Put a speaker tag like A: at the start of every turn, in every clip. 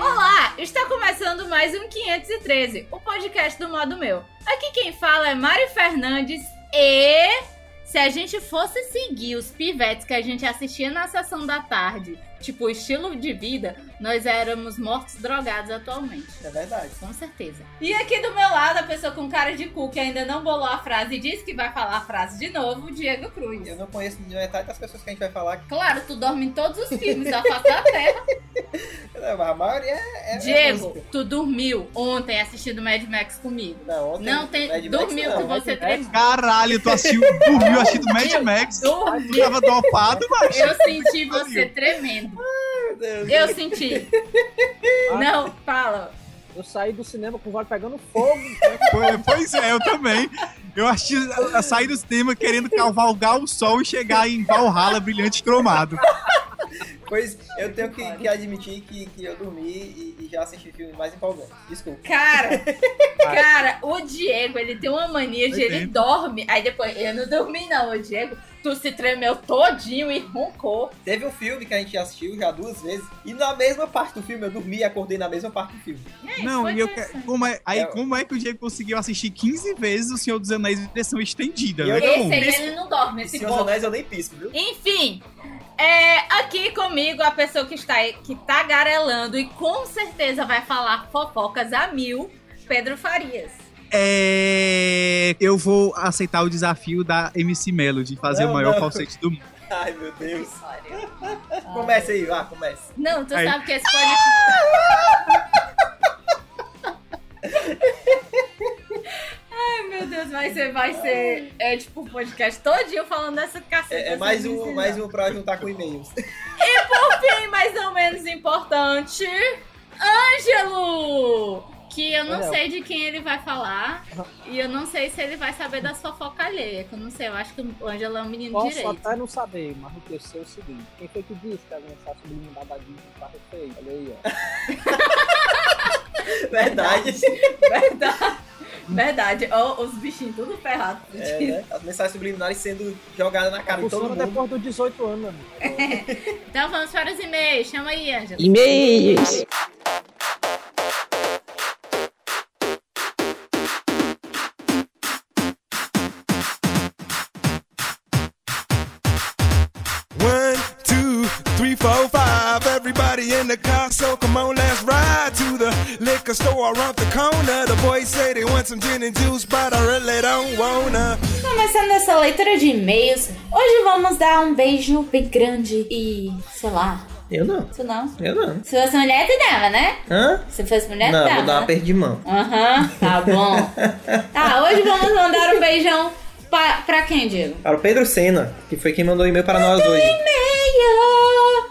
A: Ah, começando mais um 513, o podcast do modo meu. Aqui quem fala é Mari Fernandes e se a gente fosse seguir os pivetes que a gente assistia na sessão da tarde, tipo estilo de vida, nós éramos mortos drogados atualmente.
B: É verdade.
A: Com certeza. E aqui do meu lado, a pessoa com cara de cu que ainda não bolou a frase e disse que vai falar a frase de novo, Diego Cruz.
B: Eu não conheço de metade das pessoas que a gente vai falar. aqui.
A: Claro, tu dorme em todos os filmes da face da Terra.
B: Não, A maioria é. é- é
A: Diego,
B: música.
A: tu dormiu ontem assistindo Mad Max comigo.
B: Não, ontem,
A: Não, tem,
B: Mad Max,
A: dormiu
B: não. é
A: que você tremeu.
C: Caralho, tu assistiu, dormiu assistindo Mad Max.
A: Dormiu.
C: Tu tava dopado, macho.
A: Eu senti você tremendo.
B: Meu Deus.
A: Eu senti.
C: Ah.
A: Não, fala.
D: Eu saí do cinema com o Vale pegando fogo.
C: Foi- Pois é, eu também. Eu assisti a, a sair do cinema querendo cavalgar o sol e chegar em Valhalla brilhante e cromado.
B: Pois eu tenho que, que admitir que, que eu dormi e, e já assisti filmes mais empolgantes. Desculpa.
A: Cara, cara, o Diego, ele tem uma mania de
C: Eu
A: ele
C: entendo.
A: dorme. Aí depois, eu não dormi não, o Diego. Tu se tremeu todinho e roncou.
B: Teve um filme que a gente assistiu já duas vezes e na mesma parte do filme eu dormi e acordei na mesma parte do filme.
A: É,
C: Não,
A: foi
C: e eu
A: interessante.
C: quero. Como é, aí,
B: É.
C: como é que o Diego conseguiu assistir 15 vezes o Senhor dos Anéis em versão estendida, né?
B: Eu-
C: Como?
A: Esse aí ele não dorme, esse
B: Senhor dos
A: povo.
B: Anéis eu nem pisco, viu?
A: Enfim, é, aqui comigo a pessoa que está que tá garelando e com certeza vai falar fofocas a mil, Pedro Farias.
C: É, eu vou aceitar o desafio da MC Melo de fazer
B: Não,
C: o maior
B: não.
C: falsete do mundo.
B: Ai meu Deus.
A: Olha. Ah,
B: Comece aí, vá, comece.
A: Não, tu
C: Aí.
A: sabe que esse podcast. Ai, meu Deus, vai ser, vai ser. É tipo o podcast todinho falando dessa caceta.
B: É, é mais
A: dessa
B: um,
A: menina.
B: mais um pra juntar com e-mails.
A: Bem, mais ou menos importante. Ângelo! Que eu não
D: Olha.
A: sei de quem ele vai falar. E eu não sei se ele vai saber das fofocas alheias. Que eu não sei, eu acho que o Ângelo é um menino
D: Posso
A: direito.
D: até não saber, mas o que eu sei é o seguinte: quem foi que disse que a mensagem subliminar da Disney tá feio? Olha aí, ó.
B: Verdade.
A: Verdade. Verdade. Ó, os bichinhos tudo ferrados.
B: É, né? As mensagens subliminares sendo jogadas na
E: Então,
B: cara de todo
D: Funciona
B: mundo.
D: depois dos 18 anos, amigo.
A: Então vamos para os e-mails. Chama aí, Ângelo.
D: E-mails!
F: One, two, three, four, five. Everybody in the car, so come on, let's ride to the liquor store around the corner. The boys say they want some gin and juice, but I really don't wanna.
G: Começando essa leitura de e-mails, hoje vamos dar um beijo bem grande e, sei lá,
B: Eu não,
G: isso não.
B: eu não.
G: Se fosse mulher, tu dava, né?
B: Hã?
G: Se fosse mulher, tu dava.
B: perda de mão.
G: Aham, tá bom. tá, hoje vamos mandar um beijão pa pra quem, Diego?
B: Para o Pedro Senna, que foi quem mandou e-mail para nós hoje.
G: Beijo!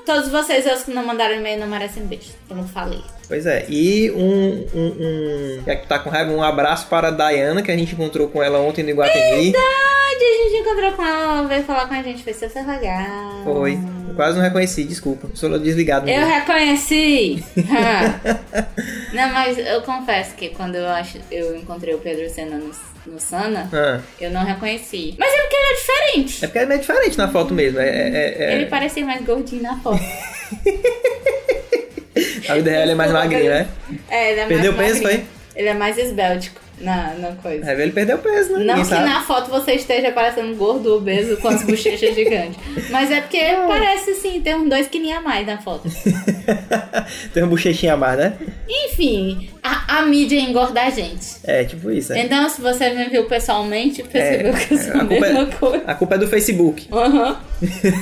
G: Todos vocês, os que não mandaram e-mail, não merecem beijo, como falei.
B: Pois é, e um, um, um. Já que tá com raiva, um abraço para a Dayana, que a gente encontrou com ela ontem no Iguatemi.
G: Verdade, a gente encontrou com ela, ela veio falar com a gente, foi super legal.
B: Foi. Eu quase não reconheci, desculpa. Sou desligado.
G: Eu
B: mesmo.
G: reconheci. Ah. Não, mas eu confesso que quando eu, acho, eu encontrei o Pedro Senna no, no Sana,
B: Ah,
G: eu não reconheci. Mas é porque ele é diferente.
B: é porque é meio diferente na foto mesmo. É, é- é-
G: Ele parecia mais gordinho na foto.
B: A vida real é mais magrinho, né?
G: É, ele é
B: Perdeu
G: mais
B: peso,
G: magrinho. Ele é mais esbéltico na, na coisa.
B: Aí ele perdeu peso, né?
G: Não
B: Ninguém
G: que
B: sabe.
G: na foto você esteja parecendo gordo, obeso, com as bochechas gigantes. Mas é porque parece, assim, tem uns dois quilinhos a mais na foto.
B: Tem um bochechinho a mais, né?
G: Enfim, a, a mídia engorda a gente.
B: É, tipo isso. É.
G: Então, se você me viu pessoalmente, percebeu que eu sou
B: a
G: a,
B: culpa é-
G: mesma coisa.
B: A culpa é do Facebook.
G: Aham.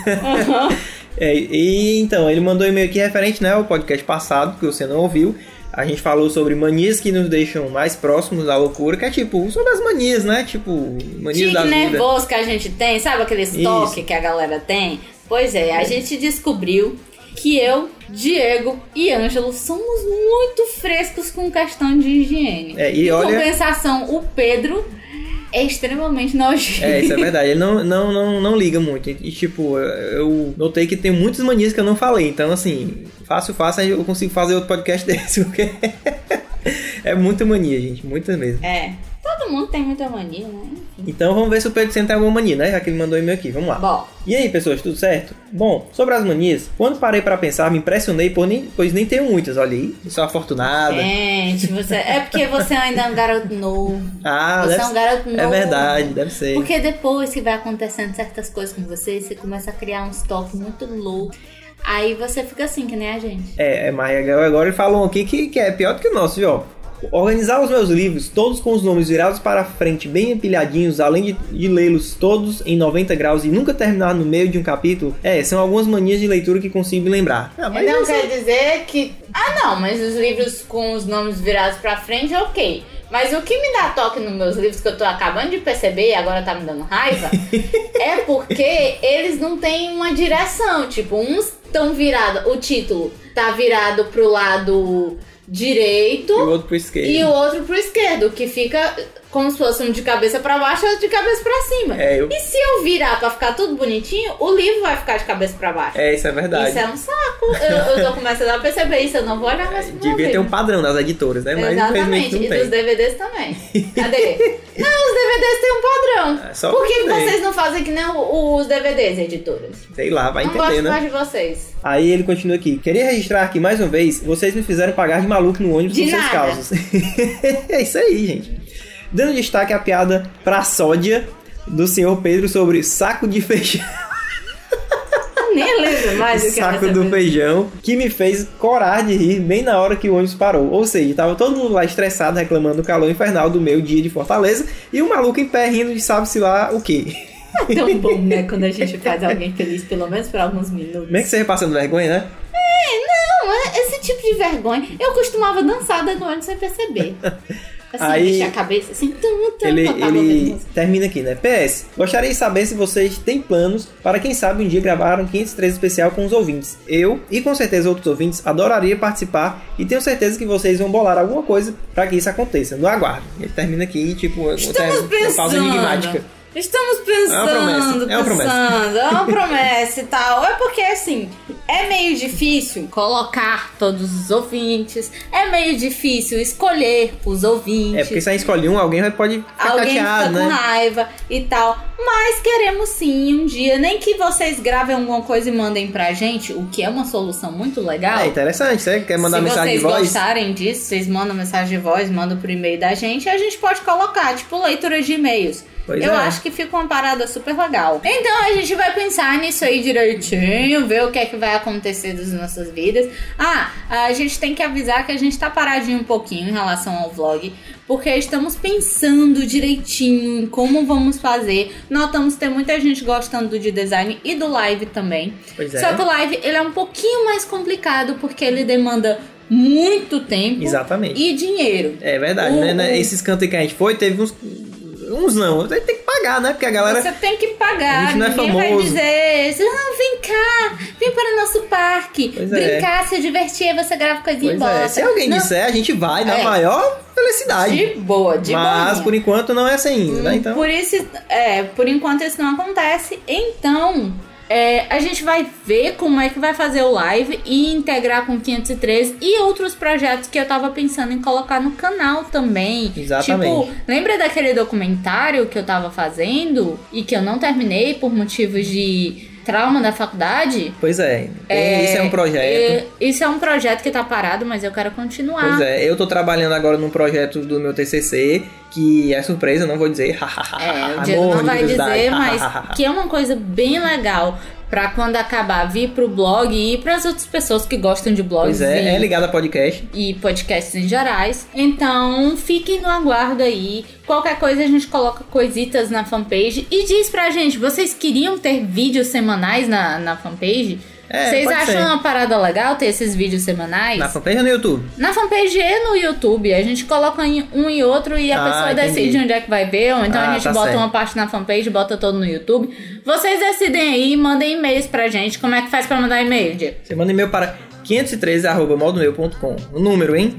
G: Aham.
B: É, e então, ele mandou um e-mail aqui referente né, ao podcast passado, que você não ouviu. A gente falou sobre manias que nos deixam mais próximos da loucura, que é tipo, sobre as manias, né? Tipo, manias
G: Tique
B: da
A: né,
B: vida.
G: nervoso que a gente tem, sabe aqueles
B: Isso.
G: toque que a galera tem? Pois é, a gente descobriu que eu, Diego e Ângelo somos muito frescos com questão de higiene.
B: É, e
G: em
B: olha-
G: compensação, o Pedro é extremamente nojento.
B: É, isso é verdade. Ele não, não, não, não liga muito. E, tipo, eu notei que tem muitas manias que eu não falei. Então, assim, fácil, fácil, eu consigo fazer outro podcast desse, porque é muita mania, gente. Muita mesmo.
G: É, todo
A: mundo tem muita mania, né?
B: Então vamos ver se o Pedro Sena tem alguma mania, né? Já que ele mandou e-mail aqui, vamos lá.
A: Bom,
B: E aí, pessoas, tudo certo? Bom, sobre as manias, quando parei pra pensar, me impressionei, por nem- pois nem tenho muitas. Olha aí, sou afortunada.
A: gente, você... é porque você ainda é um garoto novo.
B: Ah,
A: você
B: deve
A: é um garoto
B: ser-
A: novo.
B: é verdade, deve ser.
A: Porque depois que vai acontecendo certas coisas com você, você começa a criar uns toques muito loucos. Aí você fica assim, que nem a gente.
B: É, é, mas agora ele falou aqui que, que é pior do que o nosso, viu? Organizar os meus livros, todos com os nomes virados para frente, bem empilhadinhos, além de, de lê-los todos em 90 graus e nunca terminar no meio de um capítulo, é, são algumas manias de leitura que consigo me lembrar. Ah, mas
A: não
B: isso-
A: quer dizer que. Ah, não, mas os livros com os nomes virados pra frente, ok. Mas o que me dá toque nos meus livros, que eu tô acabando de perceber e agora tá me dando raiva, é porque eles não têm uma direção. Tipo, uns estão virados. O título tá virado pro lado direito.
B: E o outro pro esquerdo.
A: E o outro pro esquerdo, que fica como se fosse um de cabeça pra baixo e outro de cabeça pra cima.
B: É, eu-
A: E se eu virar pra ficar tudo bonitinho, o livro vai ficar de cabeça pra baixo.
B: É, isso é verdade.
A: Isso é um saco. Eu, eu tô começando a perceber isso, eu não vou olhar mais pro meu
B: Devia ter um
A: livro.
B: padrão das editoras, né? Mas
A: é Exatamente,
B: infelizmente
A: e
B: não
A: dos
B: tem.
A: DVDs também. Cadê? não, os DVDs têm um padrão.
B: É, só
A: Por que, que
B: tem.
A: vocês não fazem que nem o- os DVDs, editoras?
B: Sei lá, vai
A: não gosto
B: entender, né?
A: mais de vocês.
B: Aí ele continua aqui. Queria registrar que, mais uma vez, vocês me fizeram pagar de maluco no ônibus
A: De
B: com seus
A: nada.
B: causos. é isso aí, gente. Dando destaque à piada pra sódia do senhor Pedro sobre saco de feijão,
A: Eu nem lembro mais o que né?
B: saco
A: era
B: do
A: essa coisa.
B: feijão, que me fez corar de rir bem na hora que o ônibus parou. Ou seja, tava todo mundo lá estressado, reclamando do calor infernal do meu dia de Fortaleza, e o maluco em pé rindo de sabe-se lá o quê.
A: É tão bom, né? Quando a gente faz alguém feliz, pelo menos por alguns minutos.
B: Como é que você repassando vergonha, né?
A: Não, é- esse tipo de vergonha. Eu costumava dançar dentro do ônibus sem perceber. Assim,
B: Aí-
A: mexer a cabeça, assim, tum, tum,
B: Ele,
A: eu tava ouvindo
B: ele
A: música.
B: termina aqui, né? PS, gostaria de saber se vocês têm planos para quem sabe um dia gravar um 503 especial com os ouvintes. Eu, e com certeza outros ouvintes, adoraria participar e tenho certeza que vocês vão bolar alguma coisa para que isso aconteça. No aguardo. Ele termina aqui, tipo, uma-
A: Estamos
B: uma, pausa
A: pensando.
B: enigmática.
A: Estamos pensando,
B: É uma promessa, é uma promessa.
A: pensando, é uma promessa e tal. É porque, assim, é meio difícil colocar todos os ouvintes, é meio difícil escolher os
B: É,
A: ouvintes.
B: porque se a gente escolhe um, alguém vai- pode ficar
A: Alguém fica
B: chateado,
A: com
B: né?
A: raiva e tal. Mas queremos sim um dia. Nem que vocês gravem alguma coisa e mandem pra gente, o que é uma solução muito legal.
B: É interessante, você quer mandar
A: Se
B: mensagem de
A: vocês
B: voz?
A: gostarem disso, vocês mandam mensagem de voz, mandam por e-mail da gente, a gente pode colocar, tipo, leitura de e-mails.
B: Pois
A: Eu
B: é.
A: acho que fica uma parada super legal. Então a gente vai pensar nisso aí direitinho, ver o que é que vai acontecer das nossas vidas. Ah, a gente tem que avisar que a gente tá paradinho um pouquinho em relação ao vlog, porque estamos pensando direitinho em como vamos fazer. Notamos ter muita gente gostando do de design e do live também.
B: Pois
A: Só que o live ele é um pouquinho mais complicado porque ele demanda muito tempo
B: Exatamente.
A: um. e dinheiro.
B: É verdade,
A: O-
B: né, né?
A: o-
B: Esses cantos que a gente foi, teve uns. Uns não, tem que pagar, né? Porque a galera.
A: Você tem que
B: A
A: pagar.
B: gente não é
A: Ninguém vai
B: famoso.
A: dizer, ah, vem cá, vem para o nosso parque,
B: Pois é.
A: brincar, se divertir, aí você grava coisinha e
B: Pois
A: bota.
B: é, se alguém
A: não,
B: disser, a gente vai na
A: É.
B: maior felicidade.
A: de boa, de
B: Mas
A: boa. Hum.
B: por enquanto não é assim ainda, né? Então.
A: Por isso, é, por enquanto isso não acontece. Então, é, a gente vai ver como é que vai fazer o live e integrar com 513 e outros projetos que eu tava pensando em colocar no canal também.
B: Exatamente.
A: Tipo, lembra daquele documentário que eu tava fazendo e que eu não terminei por motivos de trauma da faculdade?
B: Pois é,
A: É,
B: Esse é um projeto.
A: É, isso é um projeto que tá parado, mas eu quero continuar.
B: Pois é, eu tô trabalhando agora num projeto do meu TCC, que é surpresa, não vou dizer.
A: É, o Diego
B: Morro
A: não
B: de
A: vai
B: curiosidade.
A: dizer, mas que é uma coisa bem legal pra quando acabar vir pro blog e para as outras pessoas que gostam de blogs
B: Pois é, é
A: e,
B: ligado a podcast.
A: e podcasts em gerais. Então, fiquem no aguardo aí. Qualquer coisa a gente coloca coisitas na fanpage e diz pra gente, vocês queriam ter vídeos semanais na, na fanpage?
B: É,
A: Vocês
B: pode
A: acham
B: ser.
A: uma parada legal ter esses vídeos semanais?
B: Na fanpage ou no YouTube?
A: Na fanpage e no YouTube, a gente coloca em um e outro e a
B: Ah,
A: pessoa
B: entendi.
A: decide onde é que vai ver, ou então a
B: Ah,
A: gente
B: tá
A: bota
B: certo.
A: uma parte na fanpage, bota todo no YouTube. Vocês decidem aí, mandem e-mails pra gente. Como é que faz pra mandar e-mail, Diego?
B: Você manda e-mail para 513@modomeu.com. O número, hein?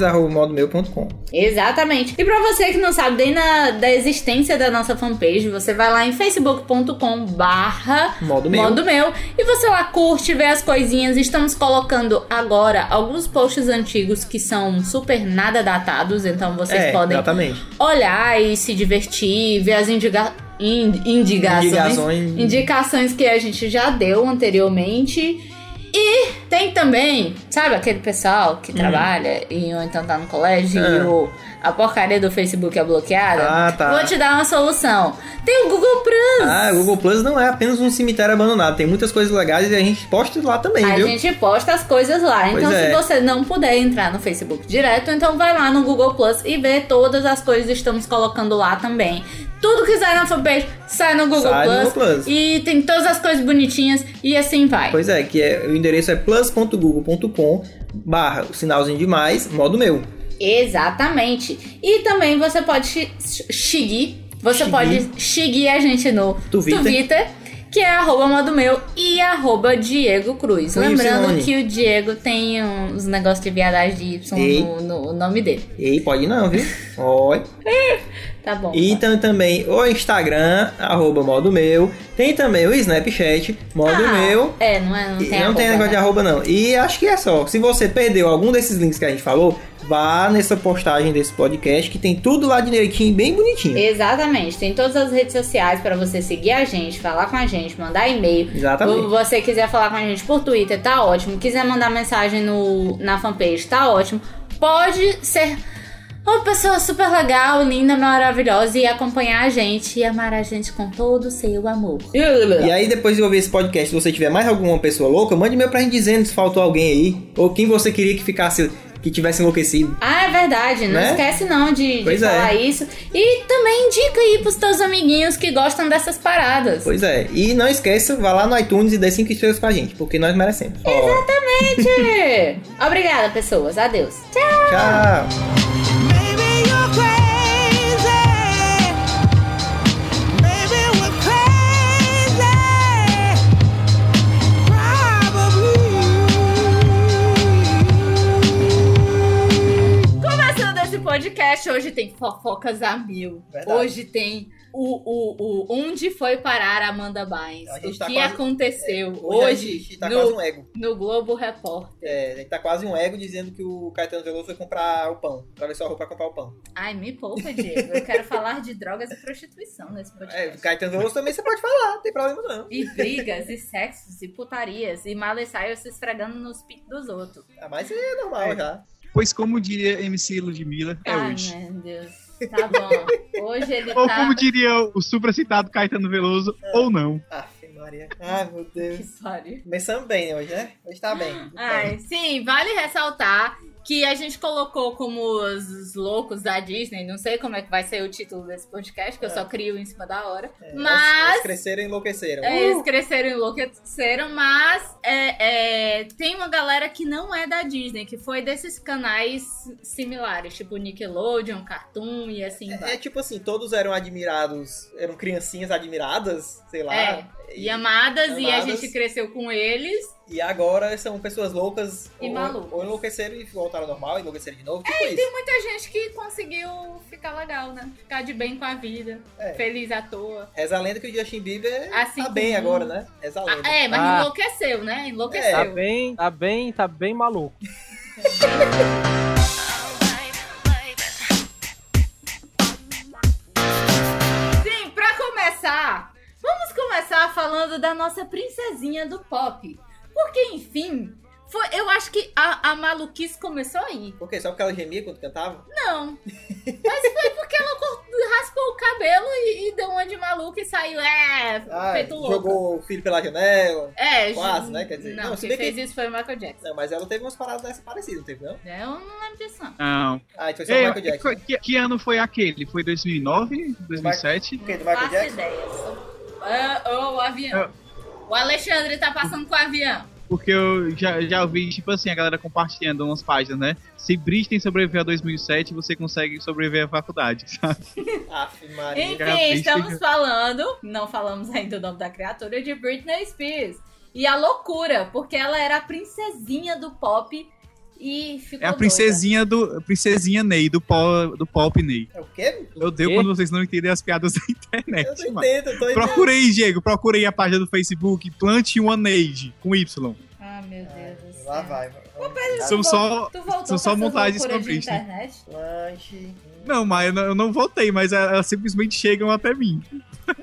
B: 513@modomeu.com.
A: Exatamente. E pra você que não sabe nem na- da existência da nossa fanpage, você vai lá em facebook.com barra
B: Modo meu.
A: Modo meu. E você lá curte, vê as coisinhas. Estamos colocando agora alguns posts antigos que são super nada datados. Então vocês
B: é,
A: podem
B: exatamente.
A: olhar e se divertir, ver as indiga in- indicações.
B: Indicações.
A: Indicações que a gente já deu anteriormente. E tem também, sabe, aquele pessoal que trabalha e ou então tá no colégio
B: Hum. Ah.
A: e o- a porcaria do Facebook é bloqueada?
B: Ah, tá.
A: Vou te dar uma solução. Tem o Google Plus.
B: Ah, o Google Plus não é apenas um cemitério abandonado. Tem muitas coisas legais e a gente posta lá também,
A: A
B: viu?
A: gente posta as coisas lá. Então,
B: Pois
A: se
B: é.
A: você não puder entrar no Facebook direto, então vai lá no Google Plus e vê todas as coisas que estamos colocando lá também. Tudo que sai na fanpage sai no Google,
B: Sai no
A: Plus,
B: Google Plus.
A: E tem todas as coisas bonitinhas e assim vai.
B: Pois é, que é, o endereço é plus.google.com barra o sinalzinho de mais, modo meu.
A: Exatamente. E também você pode chi- chi- seguir. Você
B: Seguir.
A: pode seguir a gente no
B: Twitter.
A: Twitter. que é arroba modo meu e arroba Diego Cruz.
B: Com Y.
A: Lembrando que o Diego tem uns negócios de viadagem de
B: Ei.
A: Y no, no nome dele.
B: Ei, pode não, viu? Oi.
A: Tá bom.
B: E tem também o Instagram, arroba modo meu. Tem também o Snapchat, modo
A: Ah,
B: meu.
A: É, não é, não
B: E
A: tem
B: não tem
A: arroba,
B: negócio de
A: né?
B: arroba, não. E acho que é só. Se você perdeu algum desses links que a gente falou, vá nessa postagem desse podcast que tem tudo lá direitinho, bem bonitinho.
A: Exatamente, tem todas as redes sociais pra você seguir a gente, falar com a gente, mandar e-mail. Se
B: Exatamente.
A: você quiser falar com a gente por Twitter, tá ótimo. Quiser mandar mensagem no, na fanpage, tá ótimo. Pode ser uma pessoa super legal, linda, maravilhosa e acompanhar a gente e amar a gente com todo o seu amor.
B: E aí, depois de ouvir esse podcast, se você tiver mais alguma pessoa louca, mande e-mail pra gente dizendo se faltou alguém aí. Ou quem você queria que ficasse, que tivesse enlouquecido.
A: Ah, é verdade. Não
B: Né?
A: esquece não de, de
B: Pois é.
A: falar isso. E também indica aí pros teus amiguinhos que gostam dessas paradas.
B: Pois é. E não esqueça, vá lá no iTunes e dê 5 estrelas pra gente, porque nós merecemos. Exatamente.
A: Gente, Obrigada, pessoas. Adeus. Tchau.
B: Tchau.
H: Maybe you're crazy. Maybe we're crazy. Probably.
I: Começando esse
A: Podcast hoje tem fofocas a mil.
B: Verdade.
A: Hoje tem o, o, o onde foi parar Amanda Bynes.
B: A gente
A: O
B: tá
A: que
B: quase-
A: aconteceu
B: a
A: hoje,
B: gente tá quase
A: no,
B: um ego.
A: no Globo Repórter.
B: É, a gente tá quase um ego dizendo que o Caetano Veloso foi comprar o pão. Olha só a roupa pra comprar o pão.
A: Ai, me poupa, Diego. Eu quero falar de drogas e prostituição nesse
B: É, o Caetano Veloso também você pode falar, não tem problema não.
A: E brigas, e sexos, e putarias, e malessaios se esfregando nos picos dos outros.
B: Ah, Mas é normal já.
C: Pois como diria MC Ludmilla, é
A: Ai,
C: hoje.
A: meu Deus. Tá bom. Hoje ele
C: Ou
A: né? tá...
C: como diria o supracitado Caetano Veloso, ou não.
B: Aff, Maria. Ai, meu Deus.
A: Que pariu.
B: Começamos bem hoje, né? Hoje tá bem. tudo bem.
A: Ai, sim, vale ressaltar que a gente colocou como os os loucos da Disney, não sei como é que vai ser o título desse podcast, que eu só crio em cima da hora.
B: É,
A: mas-
B: elas cresceram e enlouqueceram.
A: É, Eles cresceram e enlouqueceram, mas é, é, tem uma galera que não é da Disney, que foi desses canais similares, tipo Nickelodeon, Cartoon e assim
B: É,
A: vai.
B: é tipo assim, todos eram admirados, eram criancinhas admiradas, sei lá.
A: É,
B: E,
A: E amadas, e a
B: Amadas.
A: gente cresceu com eles.
B: e agora são pessoas loucas
A: E
B: ou-
A: malucas. É, então-
B: Ou enlouqueceram e voltaram ao normal, enlouqueceram de novo. Tipo isso.
A: Muita gente que conseguiu ficar legal, né? Ficar de bem com a vida,
B: É.
A: feliz à toa.
B: Reza a lenda que o Justin Bieber
A: Assim
B: tá bem
A: como-
B: agora, né? Reza a lenda.
A: Ah, é, mas
D: Ah.
A: enlouqueceu, né? Enlouqueceu.
D: Tá bem, tá bem, tá bem maluco.
A: Sim, pra começar, vamos começar falando da nossa princesinha do pop. Porque, enfim, foi, eu acho que a, a maluquice começou aí.
B: Por quê? Só porque ela gemia quando cantava?
A: Não. Mas foi porque ela cor- raspou o cabelo e, e deu uma de maluca e saiu, é, feito louco.
B: Ah, jogou o filho pela janela.
A: É,
B: quase,
A: ju-
B: né? Quer dizer,
A: não,
B: não, se
A: quem
B: bem que-
A: fez isso foi o Michael Jackson. É,
B: Não, mas ela teve umas paradas dessas parecidas, não teve, não?
A: Eu não lembro disso, não.
C: Não.
B: Ah, então foi só o
C: Ei,
B: Michael Jackson.
C: que, que- que ano foi aquele? Foi 2009? 2007?
B: O quê? Do Michael
A: Faço
B: Jackson?
A: ideia. Ah, oh, o avião. O Alexandre tá passando com o avião.
C: Porque eu já, já ouvi, tipo assim, a galera compartilhando umas páginas, né? Se Britney sobreviver a 2007, você consegue sobreviver à faculdade, sabe?
B: Aff, Maria.
C: Gabi,
A: Enfim, estamos falando, não falamos ainda o nome da criatura, de Britney Spears. E a loucura, porque ela era a princesinha do pop e ficou
C: É a
A: doida.
C: princesinha do. Princesinha Ney, do, pop, do Pop Ney.
J: É o quê?
C: Eu dei
D: quê?
C: quando vocês não entendem as piadas da
J: Eu
C: internet,
J: não
C: mano.
J: entendo, eu tô entendendo.
C: Procura aí, Diego. Procura aí a página do Facebook. Plante uma Neide com Y.
A: Ah, meu Deus do céu.
B: Lá vai.
A: Tu
C: São
A: vol-
C: só.
A: tu voltou
C: são
A: com
C: só
A: essas
C: montagens
A: loucuras
C: com a
A: de
C: Britney.
A: internet?
B: Lanche.
C: Não, mas eu não- eu não voltei, mas é, elas simplesmente chegam até mim.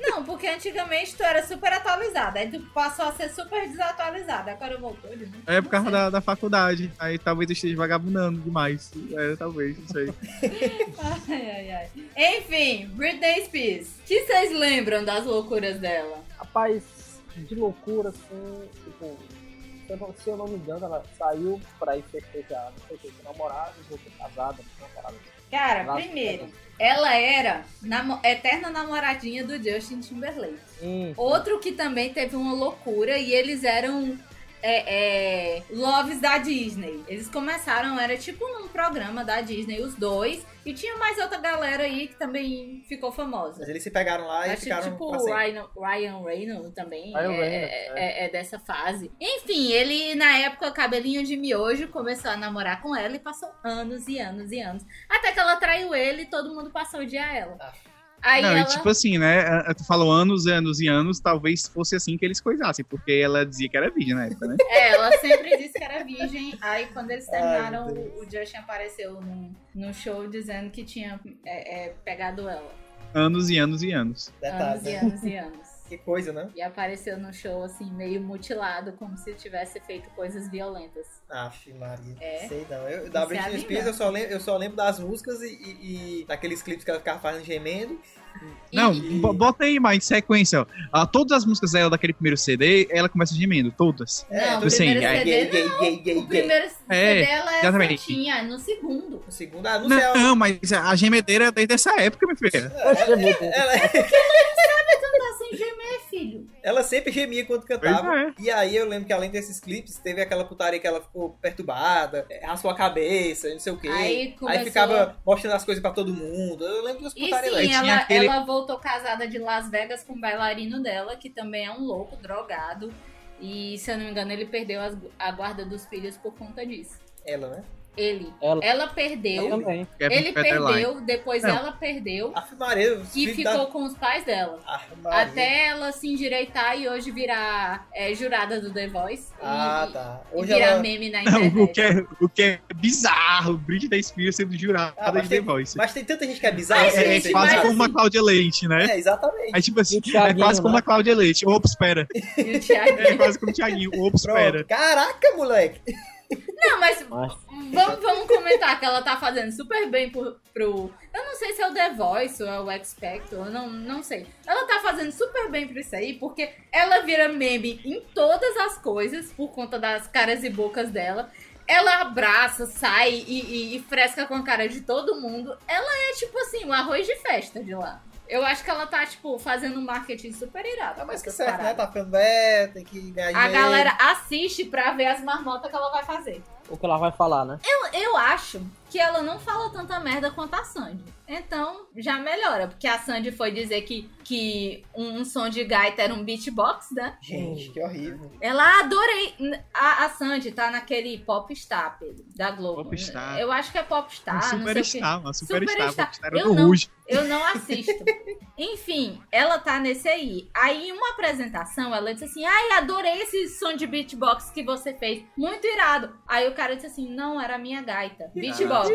A: Não, porque antigamente tu era super atualizada, aí tu passou a ser super desatualizada, agora voltou de novo.
C: É por causa da, da faculdade. Aí talvez eu esteja vagabundando demais. É, talvez, não sei.
A: Ai, ai, ai. Enfim, Britney Spears. O que vocês lembram das loucuras dela?
E: Rapaz, de loucura, assim, tipo, se eu não, se eu não me engano, ela saiu pra ir festejar, não sei o que, com namorado, voltou casada, com assim. namorado.
A: Cara, primeiro, ela era namo- eterna namoradinha do Justin Timberlake.
E: Hum,
A: Outro que também teve uma loucura e eles eram é, é, loves da Disney. Eles começaram, era tipo num programa da Disney, os dois. E tinha mais outra galera aí que também ficou famosa.
B: Mas eles se pegaram lá e
A: Acho que
B: ficaram
A: tipo
B: pra
A: o
B: sempre.
A: Ryan, Ryan Reynolds também
E: Ryan
A: é,
E: Reynolds,
A: é- é dessa fase. Enfim, ele na época, cabelinho de miojo, começou a namorar com ela e passou anos e anos e anos. Até que ela traiu ele e todo mundo passou o dia a ela.
B: Ah.
A: Aí
C: não,
A: ela...
C: e tipo assim, né? a- a- Tu falou anos, anos e anos, talvez fosse assim que eles coisassem, porque ela dizia que era virgem na época, né?
A: É, ela sempre disse que era virgem. Aí quando eles
B: Ai,
A: terminaram,
B: meu
A: o, o Justin apareceu num, num show dizendo que tinha é, é, pegado ela.
C: Anos e anos e anos.
B: Detalhe,
A: anos e
B: né?
A: anos e anos.
B: Que coisa, né?
A: E apareceu no show, assim, meio mutilado, como se tivesse feito coisas violentas.
B: Aff, Maria.
A: É.
B: Sei não. Eu, da
A: Isso é a
B: Britney Spears
A: vingança.
B: eu só, lembro, eu só lembro das músicas e, e- e daqueles clipes que ela ficava fazendo gemendo.
C: Não,
A: E-
C: bo- bota aí, mas em sequência, ó. Ah, todas as músicas dela daquele primeiro CD, ela começa gemendo, todas.
A: Não,
B: tudo
A: o primeiro
C: assim, é-
A: CD,
B: gay, gay, gay, gay,
A: O
B: gay.
A: primeiro CD
C: É,
A: dela é
C: exatamente.
A: Santinha, no segundo.
B: O segundo, ah, não, sei.
C: Não,
B: Ela,
C: mas a gemedeira é desde essa época, minha filha.
E: é muito
B: ela-
A: Tá sem gemer, filho.
B: ela sempre gemia quando
C: Pois
B: cantava.
C: é.
B: E aí eu lembro que além desses clipes, teve aquela putaria que ela ficou perturbada, é, raspou a cabeça, não sei o quê.
A: Aí começou-
B: ficava mostrando as coisas pra todo mundo. Eu lembro das
A: E
B: putarias lá.
A: sim,
C: tinha
A: ela,
C: aquele-
A: ela voltou casada de Las Vegas com o bailarino dela, que também é um louco, drogado. E, se eu não me engano, ele perdeu as- a guarda dos filhos por conta disso.
B: Ela, né?
A: Ele.
E: Ela-
A: Ela perdeu.
E: também.
C: Kevin
A: Ele
C: Federline.
A: perdeu, depois
C: Não. Ah,
A: ela perdeu.
B: Aff, Maria. os
A: E
B: filhos
A: ficou com os pais dela.
B: da- Aff, Maria.
A: Até ela se endireitar e hoje virar é, jurada do The Voice. e-
B: Ah, tá.
A: E
B: Hoje
A: virar
B: ela...
A: meme na
C: Não,
A: internet.
C: o que, é, o que é bizarro, Britney Spears sendo jurada
B: Ah, mas
C: de The
B: tem-
C: Voice.
B: Mas tem tanta gente que é bizarra.
A: Ai,
B: assim,
C: É, é
A: gente,
B: sei
C: quase
B: lá.
A: mas
C: como uma
A: assim-
C: Cláudia Leite, né?
B: É, exatamente.
C: É tipo assim,
E: E o Thiaguinho,
C: é quase como
E: né?
C: a Cláudia Leite. Opa, espera.
A: E o Thiago-
C: É quase como o Thiaguinho. Opa,
B: Pronto.
C: espera.
B: Caraca, moleque.
A: Não, mas
D: Mas-
A: vamos, vamos comentar que ela tá fazendo super bem pro, pro- Eu não sei se é o The Voice ou é o X Factor, eu não, não sei. Ela tá fazendo super bem pra isso aí, porque ela vira meme em todas as coisas, por conta das caras e bocas dela. Ela abraça, sai e, e- e fresca com a cara de todo mundo. Ela é tipo assim, o arroz de festa de lá. Eu acho que ela tá, tipo, fazendo um marketing super irado.
B: Tá mais
A: com
B: que
A: essas
B: certo, né? É.
A: paradas.
B: Tá ficando velho, tem que ganhar
A: A
B: dinheiro.
A: galera assiste pra ver as marmotas que ela vai fazer.
E: o que ela vai falar, né?
A: Eu acho que ela não fala tanta merda quanto a Sandy. Então, já melhora. Porque a Sandy foi dizer que, que um, um som de gaita era um beatbox, né?
B: Gente, que horrível.
A: Ela adorei. N- A, a Sandy tá naquele Popstar, Pedro, da Globo.
C: Popstar.
A: Eu acho que é Popstar,
C: Um
A: não sei o quê.
C: superstar, uma superstar.
A: Superstar.
C: Popstar
A: Eu
C: do
A: não.
C: Ruge.
A: Eu não assisto. Enfim, ela tá nesse aí. Aí, em uma apresentação, ela disse assim: Ai, adorei esse som de beatbox que você fez. Muito irado. Aí o cara disse assim: Não, era a minha gaita.
C: Ah,
A: Beatbox.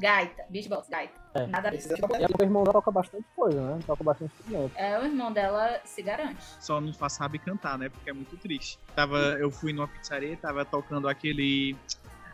A: Gaita, beatbox, gaita. Nada a ver.
E: E ela, o irmão dela toca bastante coisa, né? Toca bastante instrumento.
A: É, o irmão dela se garante.
C: Só não faz sabe cantar, né? Porque é muito triste. Tava, eu fui numa pizzaria, tava tocando aquele.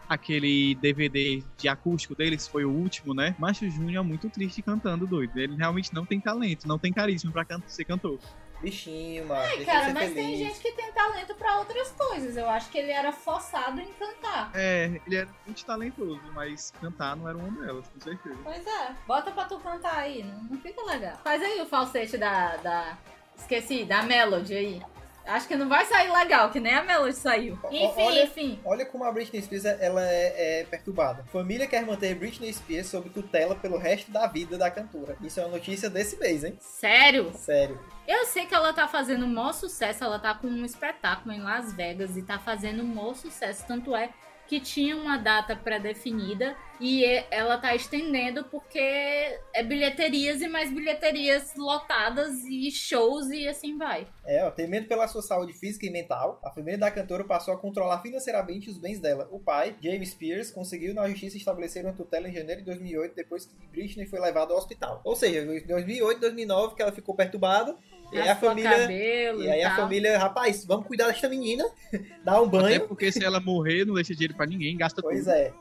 C: Aquele DVD de acústico deles foi o último, né? Mas o Júnior é muito triste cantando, doido. Ele realmente não tem talento, não tem carisma pra can ser cantor.
B: um Bichinho, mano.
A: Ai,
B: deixa
A: cara,
B: eu ser
A: mas tem
B: feliz.
A: gente que tem talento pra outras coisas. Eu acho que ele era forçado em cantar.
C: É, ele era muito talentoso, mas cantar não era uma delas, com certeza.
A: Pois é, bota pra tu cantar aí, não, não fica legal. Faz aí o falsete da. da... Esqueci, da Melody aí. Acho que não vai sair legal, que nem a Melody saiu.
B: O-
A: Enfim,
B: olha-
A: enfim.
B: Olha como a Britney Spears ela é, é perturbada. Família quer manter Britney Spears sob tutela pelo resto da vida da cantora. Isso é uma notícia desse mês, hein?
A: Sério?
B: Sério.
A: Eu sei que ela tá fazendo um maior sucesso, ela tá com um espetáculo em Las Vegas e tá fazendo um maior sucesso, tanto é que tinha uma data pré-definida e e- ela tá estendendo porque é bilheterias e mais bilheterias lotadas e shows e assim vai.
B: É, ó, temendo pela sua saúde física e mental, a família da cantora passou a controlar financeiramente os bens dela. O pai, James Spears, conseguiu na justiça estabelecer uma tutela em janeiro de 2008, depois que Britney foi levada ao hospital. Ou seja, em 2008, 2009, que ela ficou perturbada, e aí a
A: Raspou
B: família...
A: cabelo
B: E aí a
A: tal.
B: família, rapaz, vamos cuidar desta menina, dar um
C: Até
B: banho.
C: porque se ela morrer, não deixa dinheiro pra ninguém, gasta
B: Pois
C: tudo.
B: é.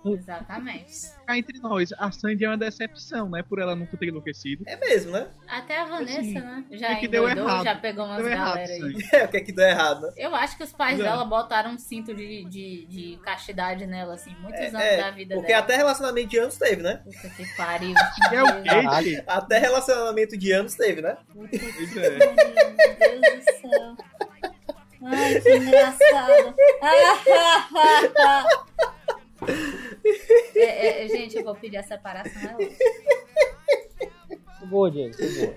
A: Exatamente.
C: Cá entre nós, a Sandy é uma decepção, né? Por ela nunca ter enlouquecido.
B: É mesmo, né?
A: Até a Vanessa,
C: Assim,
A: né? Já
C: é que deu
A: endoidou,
C: errado.
A: já pegou umas
C: Deu errado,
A: galera aí.
C: Sandy.
B: É, o que é que deu errado, né?
A: Eu acho que os pais
C: Não.
A: dela botaram um cinto de, de, de castidade nela, assim, muitos anos
B: É,
A: da vida
B: porque
A: dela.
B: até relacionamento de anos teve, né?
A: Puta que pariu.
C: É o
A: Meu
C: quê, Tchê?
B: Até relacionamento de anos teve, né?
C: Pois é.
A: Deus do céu. Ai, que engraçado. É, é, gente, eu vou pedir a separação. é hoje.
E: Boa, Diego. Boa.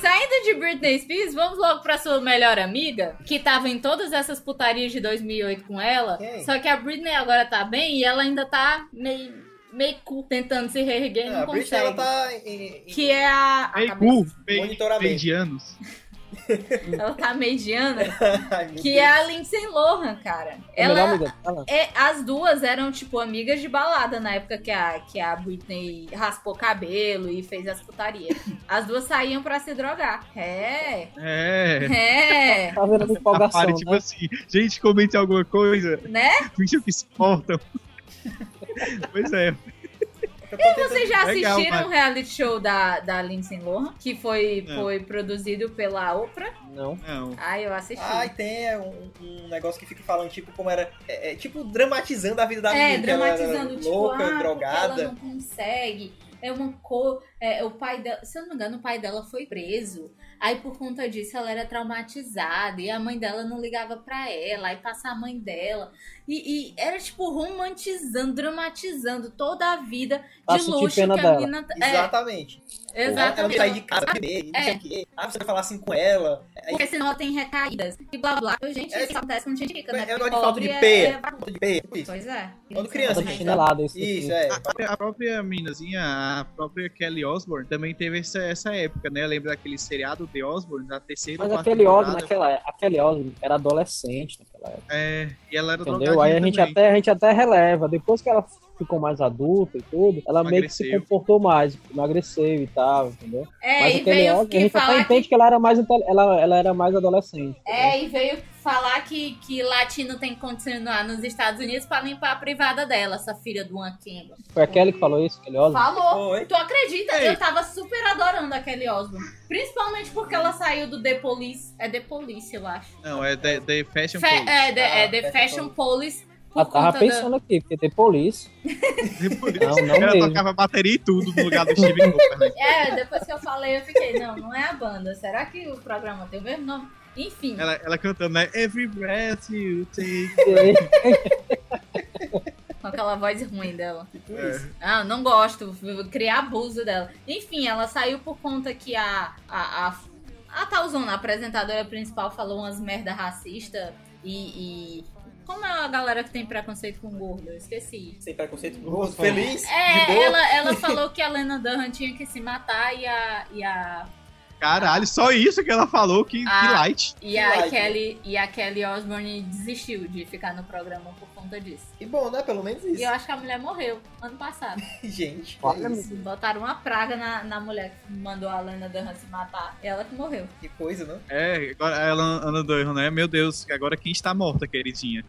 A: Saindo de Britney Spears, vamos logo pra sua melhor amiga, que tava em todas essas putarias de 2008 com ela.
B: Quem?
A: Só que a Britney agora tá bem e ela ainda tá meio, meio cu, tentando se reerguer e
B: Ah, É, a
A: não
B: Britney, ela
A: consegue.
B: tá em, em
A: Que é a. a
C: Ei,
A: cabeça-
C: cu, bem, bem
B: monitoramento.
C: de anos.
A: Ela tá mediana.
B: Ai, meu
A: Que
B: Deus.
A: é a Lindsay Lohan, cara.
E: É melhor,
A: Ela,
E: amiga. Fala.
A: É, as duas eram, tipo, amigas de balada na época que a, que a Britney raspou cabelo e fez as putarias. As duas saíam pra se drogar. É,
C: É.
A: é,
E: Tá vendo a
C: A
E: empolgação,
C: Pari, tipo
E: né?
C: assim, gente, comente alguma coisa,
A: né?
C: finge que se importam. pois é,
B: Eu tô tentando-
A: Vocês já
C: Legal,
A: assistiram
C: Mari.
A: o reality show da, da Lindsay Lohan, que foi,
C: Não.
A: foi produzido pela Oprah?
E: Não.
C: não.
A: Ai, eu assisti.
B: Ai, tem é, um, um negócio que fica falando, tipo, como era. É, é, tipo, dramatizando a vida da
A: é,
B: menina. que ela era
A: dramatizando, tipo,
B: louca,
A: ah, porque
B: drogada.
A: ela não consegue. É uma cor. é, o pai dela, se eu não me engano, o pai dela foi preso. Aí por conta disso ela era traumatizada e a mãe dela não ligava pra ela. Aí passa a mãe dela. E, e era tipo romantizando, dramatizando toda a vida
E: Pra
A: de
E: sentir
A: luxo
E: pena
A: que a
E: dela.
A: menina. É,
B: Exatamente. Tipo, Ela tá não sai
A: exatamente.
B: de casa pra beber, não
A: É.
B: sei o quê. Ah, você vai falar assim com ela.
A: Porque senão ela tem recaídas e blá blá. Eu, gente,
B: É,
A: isso acontece com gente rica, né?
B: É um negócio
A: Porque
B: de falta de
A: pobre é-
B: pé.
A: é-
B: Falta de pé, tipo isso.
A: Pois é.
B: Quando criança, né?
E: Tá
B: gente.
E: chinelada, isso.
B: Assim, Isso,
E: Isso,
B: é.
C: A própria, a própria minazinha, a própria Kelly Osbourne, também teve essa, essa época, né? Lembra daquele seriado The Osbourne, da
B: tipo,
C: terceira
E: Mas
C: quarta
E: aquele Osmo,
C: temporada?
E: naquela, é, aquele Osmo era adolescente naquela época,
C: É, e ela era
E: né? entendeu? Aí a gente,
C: também.
E: até, a gente até releva. Depois que ela ficou mais adulta e tudo, ela meio que se
C: Emagreceu.
E: comportou mais, emagreceu e tal, entendeu?
A: É,
E: Mas
A: e
E: aquele
A: veio
E: Osmo, a
A: que
E: gente até
A: falar que
E: entende que, ela, era mais, inte- ela, ela era mais adolescente. entendeu?
A: É, e veio falar que, que latino tem que continuar nos Estados Unidos pra limpar a privada dela, essa filha do Anquinho.
E: Foi aquele que falou isso, aquele Osmo?
A: Falou!
B: Foi.
A: Tu acredita?
C: Ei.
A: Eu tava super adorando a Kelly Osbourne. Principalmente porque ela saiu do The Police. É The Police, eu acho.
C: Não, é The, The Fashion
A: Fe-
C: Police.
A: é, The, é, The
B: Ah,
A: Fashion Police. Por
E: Ela
A: conta
E: Ah, tava pensando aqui, porque tem polícia.
C: Depois,
E: Não, não
C: ela
E: mesmo.
C: tocava bateria e tudo no lugar do Steven Cooper. né?
A: da... É, depois que eu falei, eu fiquei, não, não é a banda. Será que o programa tem o mesmo nome? Enfim.
C: Ela, ela cantando, né? Every breath you take.
A: com aquela voz ruim dela.
C: É.
A: Ah, não gosto, vou criar abuso dela. Enfim, ela saiu por conta que a a, a, a Talzona, a apresentadora principal, falou umas merda racista e, e- como é a galera que tem preconceito com gordo, eu esqueci.
B: Sem preconceito. Feliz. de
A: É,
B: boa.
A: ela, ela falou que a Lena Dunham tinha que se matar e a, e a,
C: Caralho, só isso que ela falou, que,
A: Ah.
C: que light.
A: e a, Kelly, e a Kelly Osborne desistiu de ficar no programa por conta disso.
B: E bom, né? Pelo menos
A: E
B: isso.
A: eu acho que a mulher morreu ano passado.
B: Gente.
E: Olha,
B: que isso.
A: Botaram uma praga na, na mulher que mandou a Lena Dunham se matar. Ela que morreu.
B: Que coisa, né?
C: É, agora ela anda doido, né? Meu Deus, agora quem está morta, queridinha?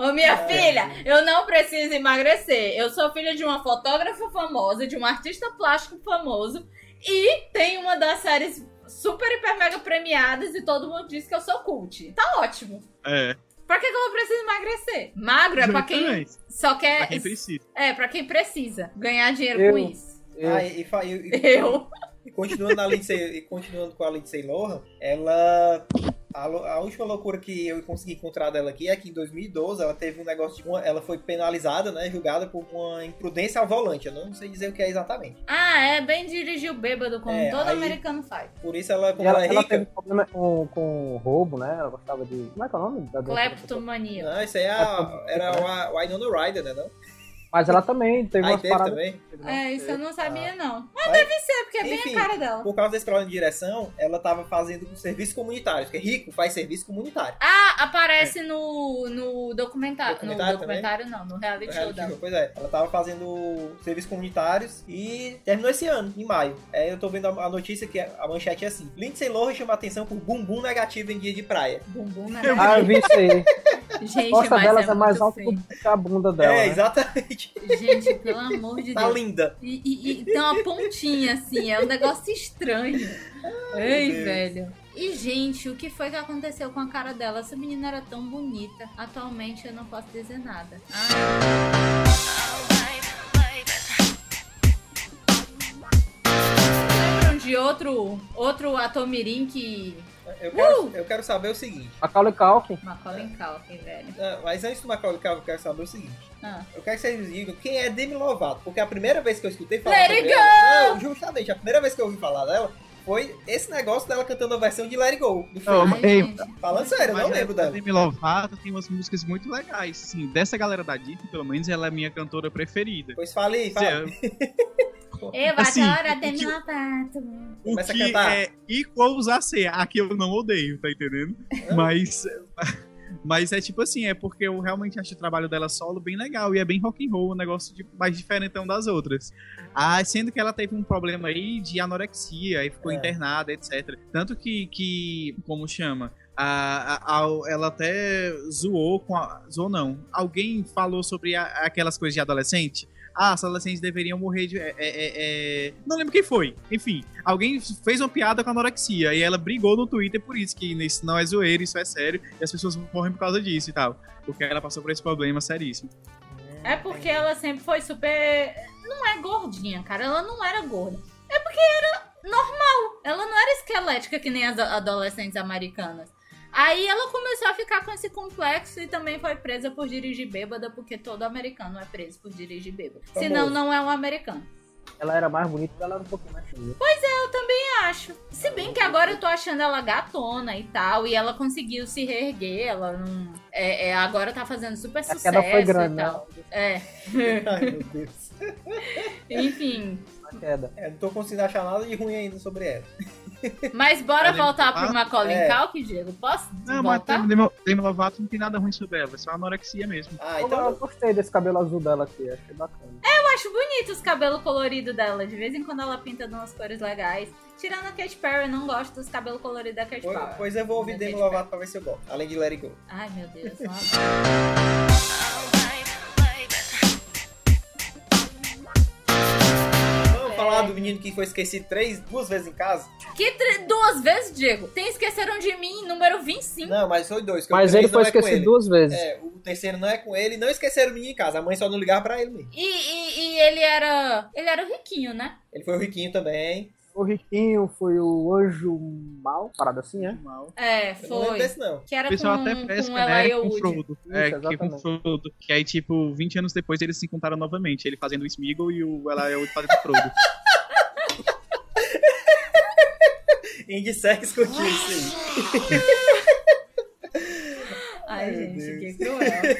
A: Ô, minha filha, eu não preciso emagrecer. Eu sou filha de uma fotógrafa famosa, de um artista plástico famoso e tem uma das séries super, hiper, mega premiadas e todo mundo diz que eu sou cult. Tá ótimo.
C: É.
A: Pra que que eu preciso emagrecer? Magro é pra quem
C: Justamente,
A: só
C: pra
A: quer.
C: quem precisa.
A: É, pra quem precisa ganhar dinheiro
D: Eu.
A: com isso.
D: Eu-
B: Ah, e, e fa- e- e-
A: Eu.
B: e continuando, na Lindsay, e continuando com a Lindsay Lohan, ela. A, lo- a última loucura que eu consegui encontrar dela aqui é que em 2012 ela teve um negócio de. Uma, ela foi penalizada, né? Julgada por uma imprudência ao volante. Eu não sei dizer o que é exatamente.
A: Ah, é bem dirigir o bêbado, como
B: É,
A: todo
B: aí-
A: americano faz.
B: Por isso ela,
D: E
B: como ela,
D: ela,
B: é
D: ela
B: rica.
E: um
D: teve um problema com, com roubo, né? Ela gostava de. Como é que é o nome? Da doença?
A: Cleptomania.
B: Não, isso aí é
D: um
B: a, era a Winona Ryder, né? Não?
D: Mas ela também teve
B: Aí
D: umas
B: Ah, teve
D: paradas.
B: também.
A: É, isso eu não sabia, não. Mas
B: Aí-
A: deve ser, porque é bem
B: Enfim.
A: a cara dela.
B: Por causa desse problema de direção, ela tava fazendo um serviço comunitário. Porque rico faz serviço comunitário.
A: Ah, aparece no, no documentário.
B: Documentário
A: no documentário não, no reality show dela.
B: Pois é, ela tava fazendo serviços comunitários e terminou esse ano, em maio. Aí eu tô vendo a a notícia que a a manchete é assim: Lindsay Lohan chama atenção por bumbum negativo em dia de praia.
A: Bumbum na
D: Ah, eu vi isso aí.
A: Gente,
D: Costa
A: mas
D: delas é,
A: é
D: mais
A: muito
D: alta
A: feio.
D: do que a bunda dela.
B: é,
D: né?
B: exatamente.
A: Gente, pelo amor de
B: Tá
A: Deus.
B: linda.
A: E, e- e tem uma pontinha assim, é um negócio estranho. Ei,
B: Deus.
A: velho. E, gente, o que foi que aconteceu com a cara dela? Essa menina era tão bonita. Atualmente eu não posso dizer nada. Ai, lembram de outro, outro ator mirim que.
B: Eu quero, eu quero saber o seguinte.
D: A Caule Calque.
A: Macaulay Culkin, velho.
B: Ah, Mas antes do Macaulay Culkin, eu quero saber o seguinte.
A: Ah.
B: Eu quero que vocês digam quem é Demi Lovato, porque a primeira vez que eu escutei falar
A: Let
B: sobre
A: it
B: ela, não, justamente, a primeira vez que eu ouvi falar dela foi esse negócio dela cantando a versão de Let It Go, do filme.
C: Não,
A: Ai,
C: ei,
A: gente.
B: Falando sério, eu não lembro
C: da
B: dela.
C: Demi Lovato tem umas músicas muito legais. Assim, dessa galera da Disney, pelo menos, ela é minha cantora preferida.
B: Pois falei,
C: Quer dizer,
B: fala.
A: Eu
C: Assim,
A: adoro a
C: o
A: Demi
C: que-
A: Lovato.
C: O
B: Começa a
C: que
B: cantar.
C: é igual usar C. Aqui eu não odeio, tá entendendo?
B: É.
C: Mas. Mas é tipo assim, é porque eu realmente acho o trabalho dela solo bem legal e é bem rock and roll, um negócio de- mais diferentão das outras. Ah, sendo que ela teve um problema aí de anorexia e ficou
B: É.
C: internada, etc. Tanto que, que como chama? A, a- a- ela até zoou com a. Zoou não. Alguém falou sobre a- aquelas coisas de adolescente. Ah, as adolescentes deveriam morrer de. é- é- é- é- Não lembro quem foi. Enfim, alguém fez uma piada com a anorexia e ela brigou no Twitter por isso, que isso não é zoeira, isso é sério, e as pessoas morrem por causa disso e tal. Porque ela passou por esse problema seríssimo.
A: É porque ela sempre foi super. Não é gordinha, cara. Ela não era gorda. É porque era normal. Ela não era esquelética que nem as a- adolescentes americanas. Aí ela começou a ficar com esse complexo e também foi presa por dirigir bêbada, porque todo americano é preso por dirigir bêbado.
B: Famoso.
A: Senão, não é um americano.
D: Ela era mais bonita, ela era um pouquinho mais feia.
A: Eu também acho. Se bem que agora eu tô achando ela gatona e tal, e ela conseguiu se reerguer, ela não. É, é, agora tá fazendo super
D: A
A: sucesso.
D: queda É, foi grande,
A: e
D: né?
A: tal. É.
B: Ai, meu Deus.
A: Enfim.
D: A tá queda.
B: É, não tô conseguindo achar nada de ruim ainda sobre ela.
A: Mas bora
C: Ela é
A: voltar pro
C: empurrada?
A: Macaulay
B: É.
A: Culkin, Diego? Posso
C: Não, mas
A: voltar?
C: Demi, Demi Lovato não tem nada ruim sobre ela, é só anorexia mesmo.
B: Ah,
D: eu
B: então. É,
D: gostei desse cabelo azul dela aqui, achei bacana.
A: Eu acho bonito os cabelos coloridos dela. De vez em quando ela pinta de umas cores legais. Tirando a Katy Perry, eu não gosto dos cabelos coloridos da Katy
B: po-
A: Perry.
B: Pois eu vou ouvir
A: Demi
B: Demi Lovato pra ver se eu gosto. Além de Let It Go.
A: Ai, meu Deus. não.
D: É.
B: Vamos falar do menino que foi esquecido três, duas vezes em casa?
A: que tre- duas vezes, Diego? Tem Esqueceram de Mim, número 25.
B: Não, mas foi dois. que o
D: Mas
B: três
D: ele foi
B: não é com
D: esquecido
B: ele.
D: duas vezes.
B: É, o terceiro não é com ele, não esqueceram o menino em casa. A mãe só não ligava pra ele mesmo.
A: E, e- e ele era... Ele era riquinho, né?
B: Ele foi o riquinho também.
D: O Riquinho foi o anjo mal, parada assim, é?
C: Mal.
A: É,
B: Eu não lembro
A: foi.
B: desse, não.
A: Que era Tá
C: O
A: com, um,
C: pessoal é até
A: com
C: pesca,
A: ela
C: né?
A: e
C: Com
A: o
C: Frodo.
D: Isso,
C: É, que com
D: exatamente.
C: Frodo. Que aí, tipo, 20 anos depois eles se encontraram novamente. Ele fazendo o Smeagol e o ela é o fazendo o Frodo.
B: Indissex com isso aí.
A: Ai,
B: Meu
A: gente,
B: Deus.
A: que cruel.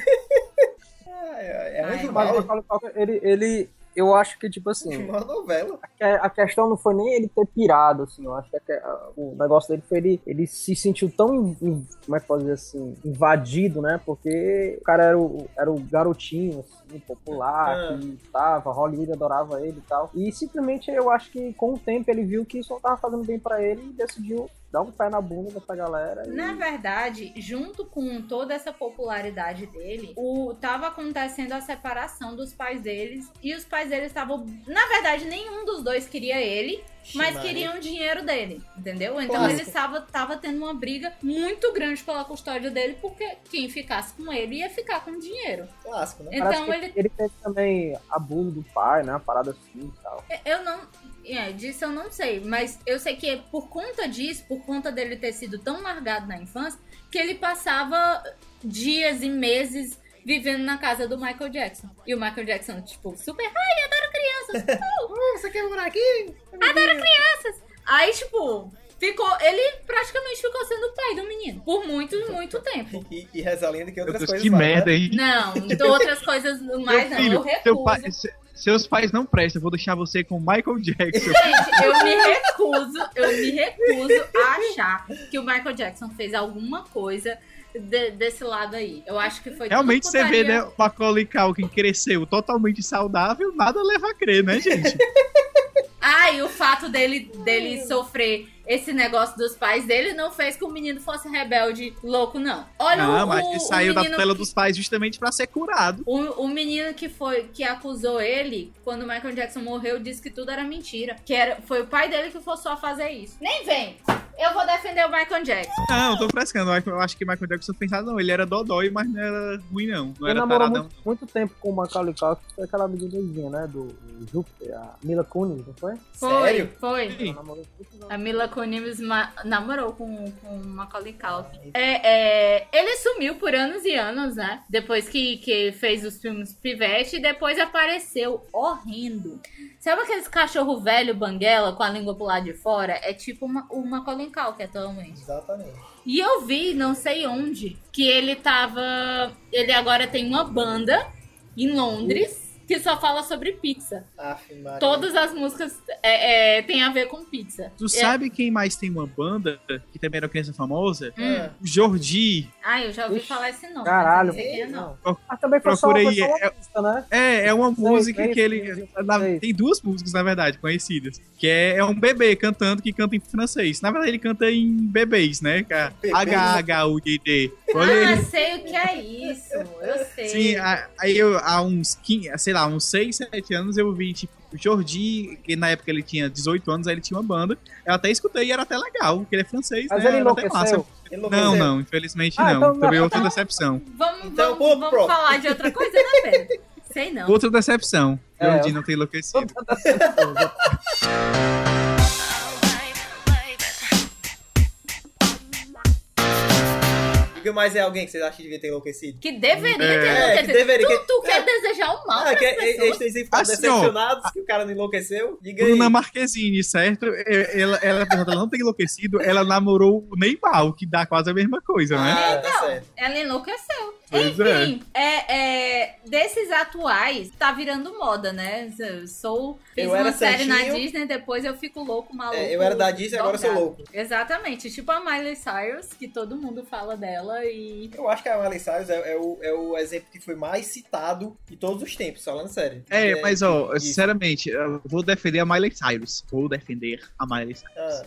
B: É, é
A: Ai,
B: anjo
D: Mas
B: mal.
D: o Macaulay Culkin, ele, ele, eu acho que, tipo assim,
B: Uma novela.
D: que é, a a questão não foi nem ele ter pirado, assim, eu acho que a que- a- o negócio dele foi ele, ele se sentiu tão, in- in- como é que pode dizer assim, invadido, né, porque o cara era o, era o garotinho, assim, popular,
B: Ah.
D: que tava, Hollywood adorava ele e tal, e simplesmente eu acho que com o tempo ele viu que isso não tava fazendo bem pra ele e decidiu dá um pé na bunda dessa galera. e-
A: Na verdade, junto com toda essa popularidade dele, o tava acontecendo a separação dos pais deles e os pais deles estavam, na verdade, nenhum dos dois queria ele, mas
B: Ximaria.
A: queriam o dinheiro dele, entendeu? Então
B: Clássico.
A: ele estava tava tendo uma briga muito grande pela custódia dele, porque quem ficasse com ele ia ficar com o dinheiro.
B: Clássico, né?
D: Parece
A: Então
D: que
A: ele
D: ele teve também abuso do pai, né? Uma parada assim e tal.
A: Eu não. É, disso eu não sei, mas eu sei que é por conta disso, por conta dele ter sido tão largado na infância, que ele passava dias e meses vivendo na casa do Michael Jackson. E o Michael Jackson, tipo, super. Ai, adoro crianças!
B: Você quer morar aqui?
A: Ah, Aí, tipo, ficou. Ele praticamente ficou sendo o pai do menino por muito, muito tempo.
B: E, e reza a lenda que
C: Meu
B: outras
C: Deus,
B: coisas.
C: que
B: mais,
C: merda,
B: né?
C: hein?
A: Não, então outras coisas mais
C: Meu
A: não. Eu
C: filho,
A: recuso.
C: seu pai- se- seus pais não prestam, eu vou deixar você com o Michael Jackson.
A: Gente, eu me recuso, eu me recuso a achar que o Michael Jackson fez alguma coisa de- desse lado aí. Eu acho que foi tudo
C: Realmente você vê,
A: putaria.
C: né? O Macaulay Culkin cresceu totalmente saudável, nada leva a crer, né, gente?
A: Ah, e o fato dele, dele sofrer esse negócio dos pais dele não fez que o menino fosse rebelde louco, não. Olha
C: não,
A: o,
C: mas
A: o,
C: ele
A: o
C: saiu da
A: menino
C: tela
A: que-
C: dos pais justamente pra ser curado.
A: O, o menino que foi que acusou ele quando o Michael Jackson morreu disse que tudo era mentira, que era foi o pai dele que forçou a fazer isso. Nem vem. Eu vou defender o Michael Jackson.
C: Não, tô frescando. Eu acho que Michael Jackson fez nada, não. Ele era dodói, mas não era ruim, não. Não
D: Ele
C: era
D: namorou
C: taradão.
D: muito, muito tempo com o Macaulay Culkin, que foi aquela meninazinha, né? Do do Júpiter, a Mila Kunis, não foi?
A: Foi,
B: Sério?
A: foi.
D: Ela namorou muito não.
A: A Mila Kunis ma- namorou com, com o Macaulay Culkin. É, é, ele sumiu por anos e anos, né? Depois que, que fez os filmes Pivete e depois apareceu horrendo. Sabe aqueles cachorro velho banguela com a língua pro lado de fora? É tipo uma, o Macaulay Culkin atualmente.
B: Exatamente.
A: E eu vi, não sei onde, que ele tava... Ele agora tem uma banda em Londres que só fala sobre pizza.
B: Aff, Maria.
A: Todas as músicas é, é, tem a ver com pizza.
C: Tu sabe quem mais tem uma banda que também era uma criança famosa?
A: Hum.
B: Ah,
C: O Jordi.
A: Ah, eu já ouvi
D: Ixi,
A: falar esse nome.
D: Caralho.
A: mas eu não sei quem é, não.
D: Mas também foi só,
C: Procura
D: foi só
C: aí,
D: uma
C: é-
D: pista, né?
C: É, é uma música
D: sei,
C: que ele. é
D: sei,
C: na-
D: sei.
C: tem duas músicas, na verdade, conhecidas. Que é, é um bebê cantando que canta em francês. Na verdade, ele canta em bebês, né? cara?
B: Bebês.
C: H-H-U-D-D. Olha aí.
A: Ah, sei o que é isso. Eu sei.
C: Sim, a- aí eu, há uns 15, sei lá, uns 6, 7 anos eu vi, tipo, o Jordi, que na época ele tinha 18 anos, aí ele tinha uma banda. Eu até escutei e era até legal, porque ele é francês,
D: Mas
C: né?
D: ele
C: era até
D: enlouqueceu.
C: Não,
B: enlouqueceu.
C: não, infelizmente
D: Ah,
C: não.
D: então-
C: Também outra decepção.
A: Vamos,
B: Então,
A: vamos,
B: pô,
A: vamos
B: pronto.
A: falar de outra coisa, né, Pedro? Sei não.
C: Outra decepção.
D: É,
C: Jordi não tem enlouquecido.
B: O que mais é alguém que vocês acham que devia ter enlouquecido?
A: Que deveria ter
B: É, que
A: acontecido.
B: deveria,
A: Tu,
B: que-
A: tu quer desejar o mal né?
B: Ah, que
A: pras
B: eles
A: pessoas.
B: têm sempre ficado
C: Assim, ó.
B: decepcionados que o cara não enlouqueceu. Diga aí.
C: Bruna Marquezine, certo? É, Ela, ela, apesar dela não ter enlouquecido, ela namorou o Neymar, o que dá quase a mesma coisa, né?
B: Ah, tá certo.
A: Ela enlouqueceu.
C: Pois é.
A: Enfim, é. é, desses atuais, tá virando moda, né? Eu sou, fiz
B: Eu
A: uma
B: era
A: série na
B: santinho.
A: Disney, depois eu fico louco, maluco.
B: É, eu era da Disney, agora eu sou
A: drogado.
B: louco.
A: Exatamente, tipo a Miley Cyrus, que todo mundo fala dela e.
B: Eu acho que a Miley Cyrus é, é o, é o exemplo que foi mais citado de todos os tempos, falando sério.
C: É, mas ó,
B: isso.
C: sinceramente, eu vou defender a Miley Cyrus. Vou defender a Miley Cyrus.
B: Ah,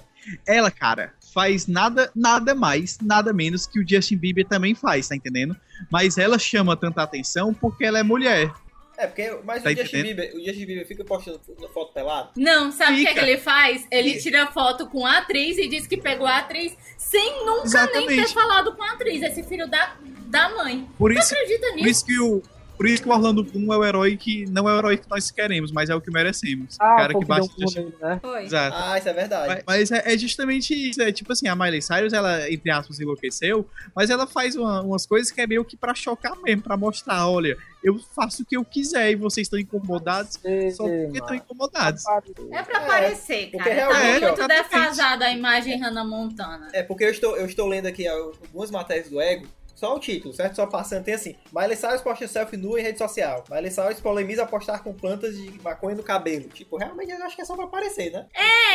C: ela, cara, faz nada, nada mais, nada menos que o Justin Bieber também faz, tá entendendo? Mas ela chama tanta atenção porque ela é mulher.
B: é, porque mas
C: Tá
B: o, Justin
C: entendendo?
B: Bieber, o Justin Bieber fica postando fo- foto pelado.
A: Não, sabe o que, é que
C: Fica.
A: ele faz? Ele tira foto com a atriz e diz que pegou a atriz sem nunca nem ter
C: Exatamente.
A: falado com a atriz. Esse filho da, da mãe.
C: Por
A: Não
C: isso,
A: acredita
C: por
A: nisso?
C: isso que o por isso que o Orlando Bloom é o herói que não é o herói que nós queremos, mas é o que merecemos. o
D: Ah,
C: cara
D: foi
C: que
D: o que deu
C: bate
D: um pulo nele, né?
A: Foi.
C: Exato.
B: Ah, isso é verdade.
C: Mas, mas é, é justamente isso. É tipo assim, a Miley Cyrus, ela, entre aspas, enlouqueceu, mas ela faz uma- umas coisas que é meio que pra chocar mesmo, pra mostrar, olha, eu faço o que eu quiser e vocês estão incomodados, só porque estão incomodados.
D: Ah,
A: É pra
B: É,
A: aparecer,
B: porque
A: cara. Tá
B: realmente,
A: muito
C: ó,
A: defasada a imagem Hannah Montana.
B: É, porque eu estou, eu estou lendo aqui algumas matérias do Ego Só o título, certo? Só passando. Tem assim: Miley Cyrus posta selfie nua em rede social. Miley Cyrus polemiza postar com plantas de maconha no cabelo. Tipo, realmente eu acho que é só pra aparecer, né?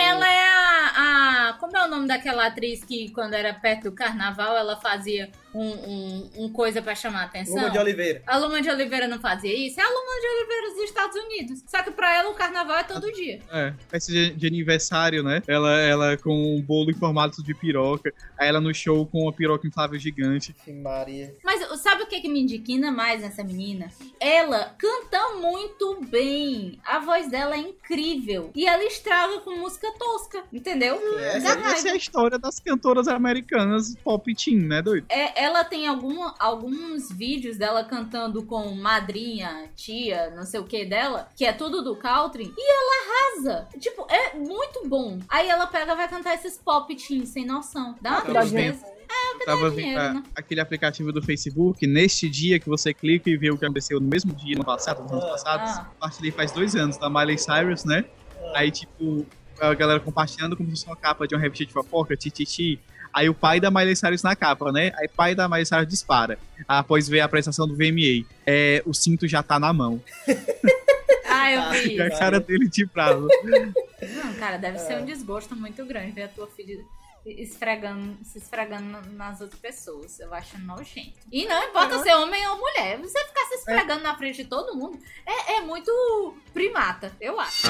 A: Ela é a, a- Como é o nome daquela atriz que, quando era perto do carnaval, ela fazia um, um- um coisa pra chamar a atenção?
B: Luma de Oliveira.
A: A Luma de Oliveira não fazia isso? É a Luma de Oliveira dos Estados Unidos. Só que pra ela o carnaval é todo dia.
C: É, festa de, de aniversário, né? Ela, ela com um bolo em formato de piroca. Aí ela no show com uma piroca inflável gigante.
B: Que Maria.
A: Mas sabe o que, que me indiquina mais nessa menina? Ela canta muito bem. A voz dela é incrível. E ela estraga com música tosca, entendeu?
C: Essa,
A: Dá raiva.
C: essa é a história das cantoras americanas pop teen, né, doido?
A: É, ela tem algum- alguns vídeos dela cantando com madrinha, tia, não sei o que dela, que é tudo do country, e ela arrasa. Tipo, é muito bom. Aí ela pega e vai cantar esses pop teens sem noção. Dá uma
C: Tá bom.
A: tristeza.
C: Tava
A: dinheiro,
C: vendo
A: né?
C: a- aquele aplicativo do Facebook, neste dia que você clica e vê o que aconteceu no mesmo dia, no passado, nos anos passados,
A: Ah.
C: compartilhei faz dois anos, da Miley Cyrus, né? Aí, tipo, a galera compartilhando como se fosse uma capa de uma revista de fofoca, tititi. Aí o pai da Miley Cyrus na capa, né? Aí o pai da Miley Cyrus dispara. Após ver a apresentação do VMA. É, o cinto já tá na mão.
A: Ah, eu vi.
C: E a cara dele de bravo.
A: Não, cara, deve ser um desgosto muito grande ver a tua filha esfregando, se esfregando na- nas outras pessoas. Eu acho nojento. E não importa ser homem ou mulher, você ficar se esfregando na frente de todo mundo é, é muito primata, eu acho.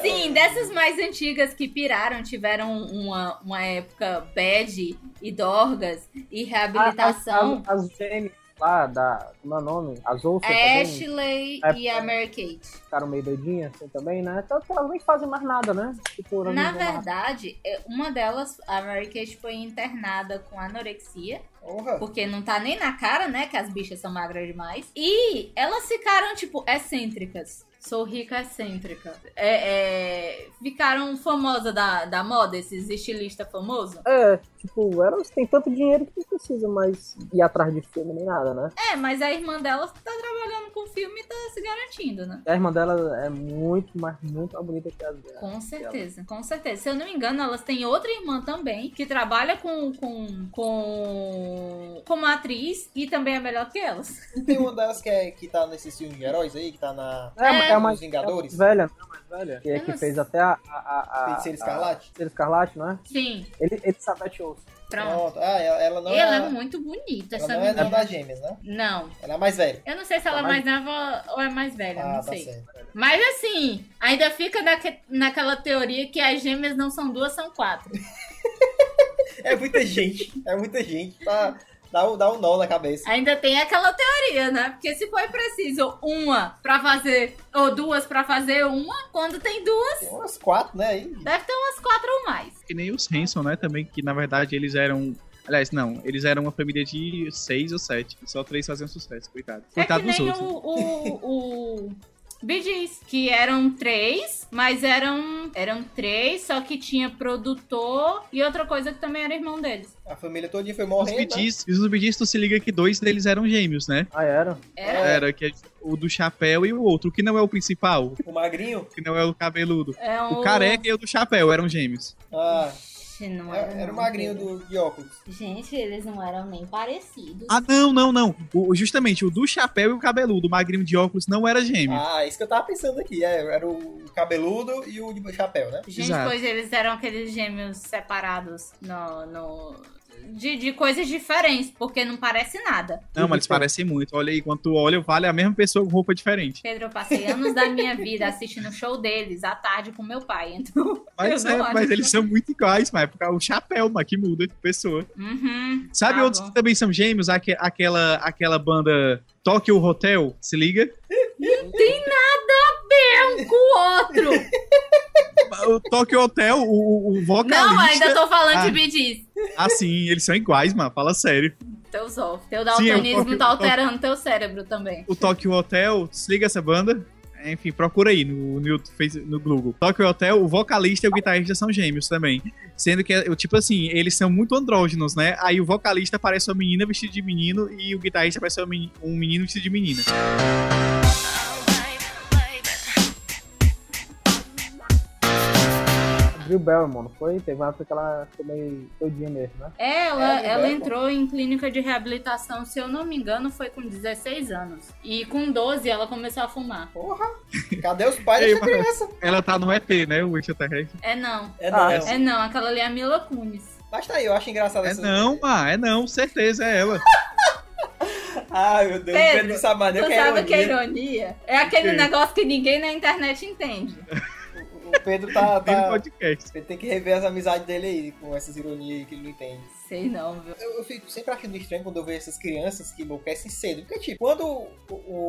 A: Sim, dessas mais antigas que piraram, tiveram uma, uma época bad e dorgas e reabilitação.
E: As, as gêmeas lá da. Como é o nome? As outras
A: A
E: também
A: Ashley
E: É,
A: e a Mary Kate.
E: ficaram meio doidinhas assim também, né?
D: Então,
E: Tanto
D: tipo,
E: que elas nem fazem mais nada, né? Tipo, elas
A: Na
E: não vão lá.
A: verdade, é, uma delas, a Mary Kate, foi internada com anorexia,
B: Honra.
A: porque não tá nem na cara, né? Que as bichas são magras demais. E elas ficaram, tipo, excêntricas. Sou rica excêntrica. É, é, ficaram famosa da, da moda, esses estilistas famosos.
E: É, tipo, elas têm tanto dinheiro que não precisa mais ir atrás de filme nem nada, né?
A: É, mas a irmã delas tá trabalhando com filme e tá se garantindo, né?
E: E a irmã dela é muito, mas muito mais bonita que as dela.
A: Com certeza, com certeza. Se eu não me engano, elas têm outra irmã também, que trabalha com, com, com como atriz e também é melhor que elas.
B: Tem uma delas que, é, que tá nesses filmes de heróis aí, que tá na.
E: É, é, a mais
B: Os Vingadores?
E: é a mais velha, né? A mais velha. Que, é
A: Eu
E: que
A: não
E: fez
A: sei.
E: até a. a,
D: Ah,
E: a, a
B: Feiticeiro
D: tá.
B: Escarlate?
E: Feiticeiro Escarlate, não é?
A: Sim,
E: Ele, ele sapateou.
A: pronto.
B: Ah, ela, ela não
A: ela
B: é.
A: é muito bonita,
B: ela
A: essa
B: não é
A: menina.
B: não das gêmeas, né?
A: Não,
B: Ela é a mais velha.
A: eu não sei se ela é
E: Tá
A: mais nova ou é mais velha,
B: ah,
A: não
B: tá
A: sei.
B: certo.
A: Mas assim, ainda fica naque- naquela teoria que as gêmeas não são duas, são quatro.
B: É muita gente. É muita gente. Tá, dá, um- dá um nó na cabeça.
A: Ainda tem aquela teoria, né? Porque se foi preciso uma pra fazer, ou duas pra fazer uma, quando tem duas,
B: Tem umas quatro, né? Aí.
A: deve ter umas quatro ou mais.
C: que nem os Hanson, né? Também, que na verdade eles eram. Aliás, não, eles eram uma família de seis ou sete. Só três faziam sucesso, coitado.
A: É que
C: Coitado dos
A: nem
C: outros. né?
A: o, o, o Bee Gees, que eram três, mas eram, eram três, só que tinha produtor e outra coisa que também era irmão deles.
B: A família todinha foi
C: Os
B: morrendo. né?
C: Bidis, os Bidis, tu se liga que dois deles eram gêmeos, né?
E: Ah, era?
A: Era?
C: Era que é o do chapéu e o outro, que não é o principal,
B: O magrinho.
C: o que não é o cabeludo.
A: É um-
C: O careca e o do chapéu eram gêmeos.
B: Ah,
A: Ixi, não
B: era, era o
A: não,
B: magrinho
A: filho.
B: do, de óculos.
A: Gente, eles não eram nem parecidos.
C: Ah, não, não, não. O- justamente, o do chapéu e o cabeludo, o magrinho de óculos, não era gêmeo.
B: Ah, isso que eu tava pensando aqui. É, era o cabeludo e o de chapéu, né?
A: Gente,
C: exato.
A: pois eles eram aqueles gêmeos separados no... no... De, de coisas diferentes, porque não parece nada.
C: não, mas eles parecem muito. Olha aí, quando tu olha, vale a mesma pessoa com roupa diferente.
A: Pedro, eu passei anos da minha vida assistindo o show deles à tarde com meu pai, então.
C: Mas,
A: Eu não
C: é,
A: acho
C: mas
A: que-
C: eles são muito iguais, mas é por causa do chapéu, mas que muda de pessoa.
A: Uhum,
C: Sabe
A: tá
C: outros
A: bom.
C: que também são gêmeos? Aque- aquela, aquela banda Tokyo Hotel, se liga?
A: um com o outro.
C: O Tokyo Hotel, o, o- o vocalista.
A: Não, ainda tô falando
C: Ah.
A: de BDs.
C: Ah, sim, eles são iguais, mano. Fala sério.
A: Teu zóio. Teu
C: Sim,
A: daltonismo
C: eu-
A: tá alterando teu cérebro também.
C: O Tokyo Hotel, se liga essa banda. Enfim, procura aí no, no, Face- no Google. Tokyo Hotel, o vocalista e o guitarrista são gêmeos também. Sendo que, eu, tipo assim, eles são muito andrógenos, né? Aí o vocalista parece uma menina vestida de menino e o guitarrista parece uma meni- um menino vestido de menina.
D: Drew Barrymore, não foi? Teve uma época que ela ficou meio doidinha mesmo, né?
A: Ela,
B: É,
A: ela
B: é,
A: entrou em clínica de reabilitação, se eu não me engano, foi com 16 anos. E com 12 ela começou a fumar.
B: Cadê os pais
C: Ei,
B: dessa
C: mano.
B: criança?
C: Ela tá no ET, né? O extraterrestre.
A: É não.
B: É
D: Ah,
B: não.
A: É não, aquela ali é a Mila Kunis.
B: Mas tá aí, eu acho engraçado
C: É
B: essa-
C: não, pá, é não, certeza é ela.
B: Ai, meu Deus, o
A: Pedro,
B: Pedro não sabe mais
A: Tu
B: nem o que é
A: sabe o que é
B: ironia.
A: ironia? É aquele
C: Sim.
A: negócio que ninguém na internet entende.
B: O o Pedro tá.
C: Tem no
B: tá...
C: podcast.
B: Ele tem que rever as amizades dele aí, com essas ironias aí que ele não entende.
A: Sei não, viu?
B: Eu, eu fico sempre achando estranho quando eu vejo essas crianças que enlouquecem cedo. Porque, tipo, quando o,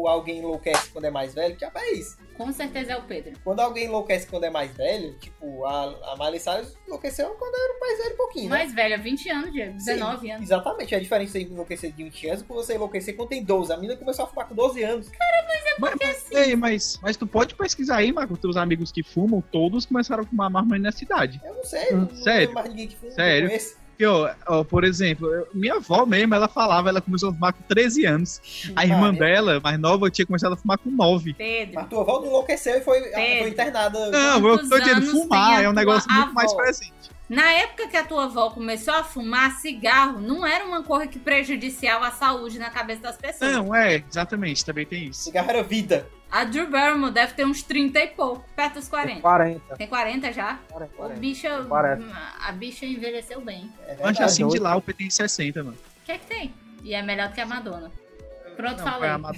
B: o- alguém enlouquece quando é mais velho, que diabo é isso?
A: Com certeza é o Pedro.
B: Quando alguém enlouquece quando é mais velho, tipo, a, a Miley Cyrus enlouqueceu quando era mais velho um pouquinho, né?
A: Mais velha, 20 anos, Diego. 19 anos.
B: Exatamente, a diferença de enlouquecer de 20 anos é que você enlouquecer quando tem 12. A menina começou a fumar com 12 anos.
A: É
C: Mas, mas,
A: assim-
C: ei, mas, mas tu pode pesquisar aí, Marco, teus amigos que fumam, todos começaram a fumar maconha na cidade.
B: Eu não sei, não tem
C: Hum, Sério?
B: mais ninguém que fuma.
C: Sério?
B: que eu conheço.
C: Porque, ó, ó, por exemplo, eu- minha avó mesmo, ela falava, ela começou a fumar com 13 anos.
B: tipo
C: A irmã
B: Maria.
C: dela, mais nova, tinha começado a fumar com 9.
A: Pedro.
B: Mas tua avó não enlouqueceu e foi, ela
A: Pedro.
B: foi internada.
C: Não, eu tô
A: Quantos
C: dizendo,
A: anos
C: fumar
A: tem a
C: é um negócio
A: tua
C: muito mais
A: avó?
C: presente.
A: Na época que a tua avó começou a fumar cigarro, não era uma coisa que prejudicial à saúde na cabeça das pessoas.
C: Não, é, exatamente, também tem isso.
B: Cigarro era vida.
A: A Drew Barrymore deve ter uns 30 e pouco, perto dos 40.
D: 40.
A: Tem 40 já? O
D: 40.
A: bicho,
D: Parece.
A: a bicha envelheceu bem.
B: É verdade.
C: Mas assim de
D: Tá doido.
C: lá, o PT tem 60, mano.
A: O que é que tem? E é melhor do que a Madonna. Pronto,
C: Não,
A: falei.
C: foi a Mad-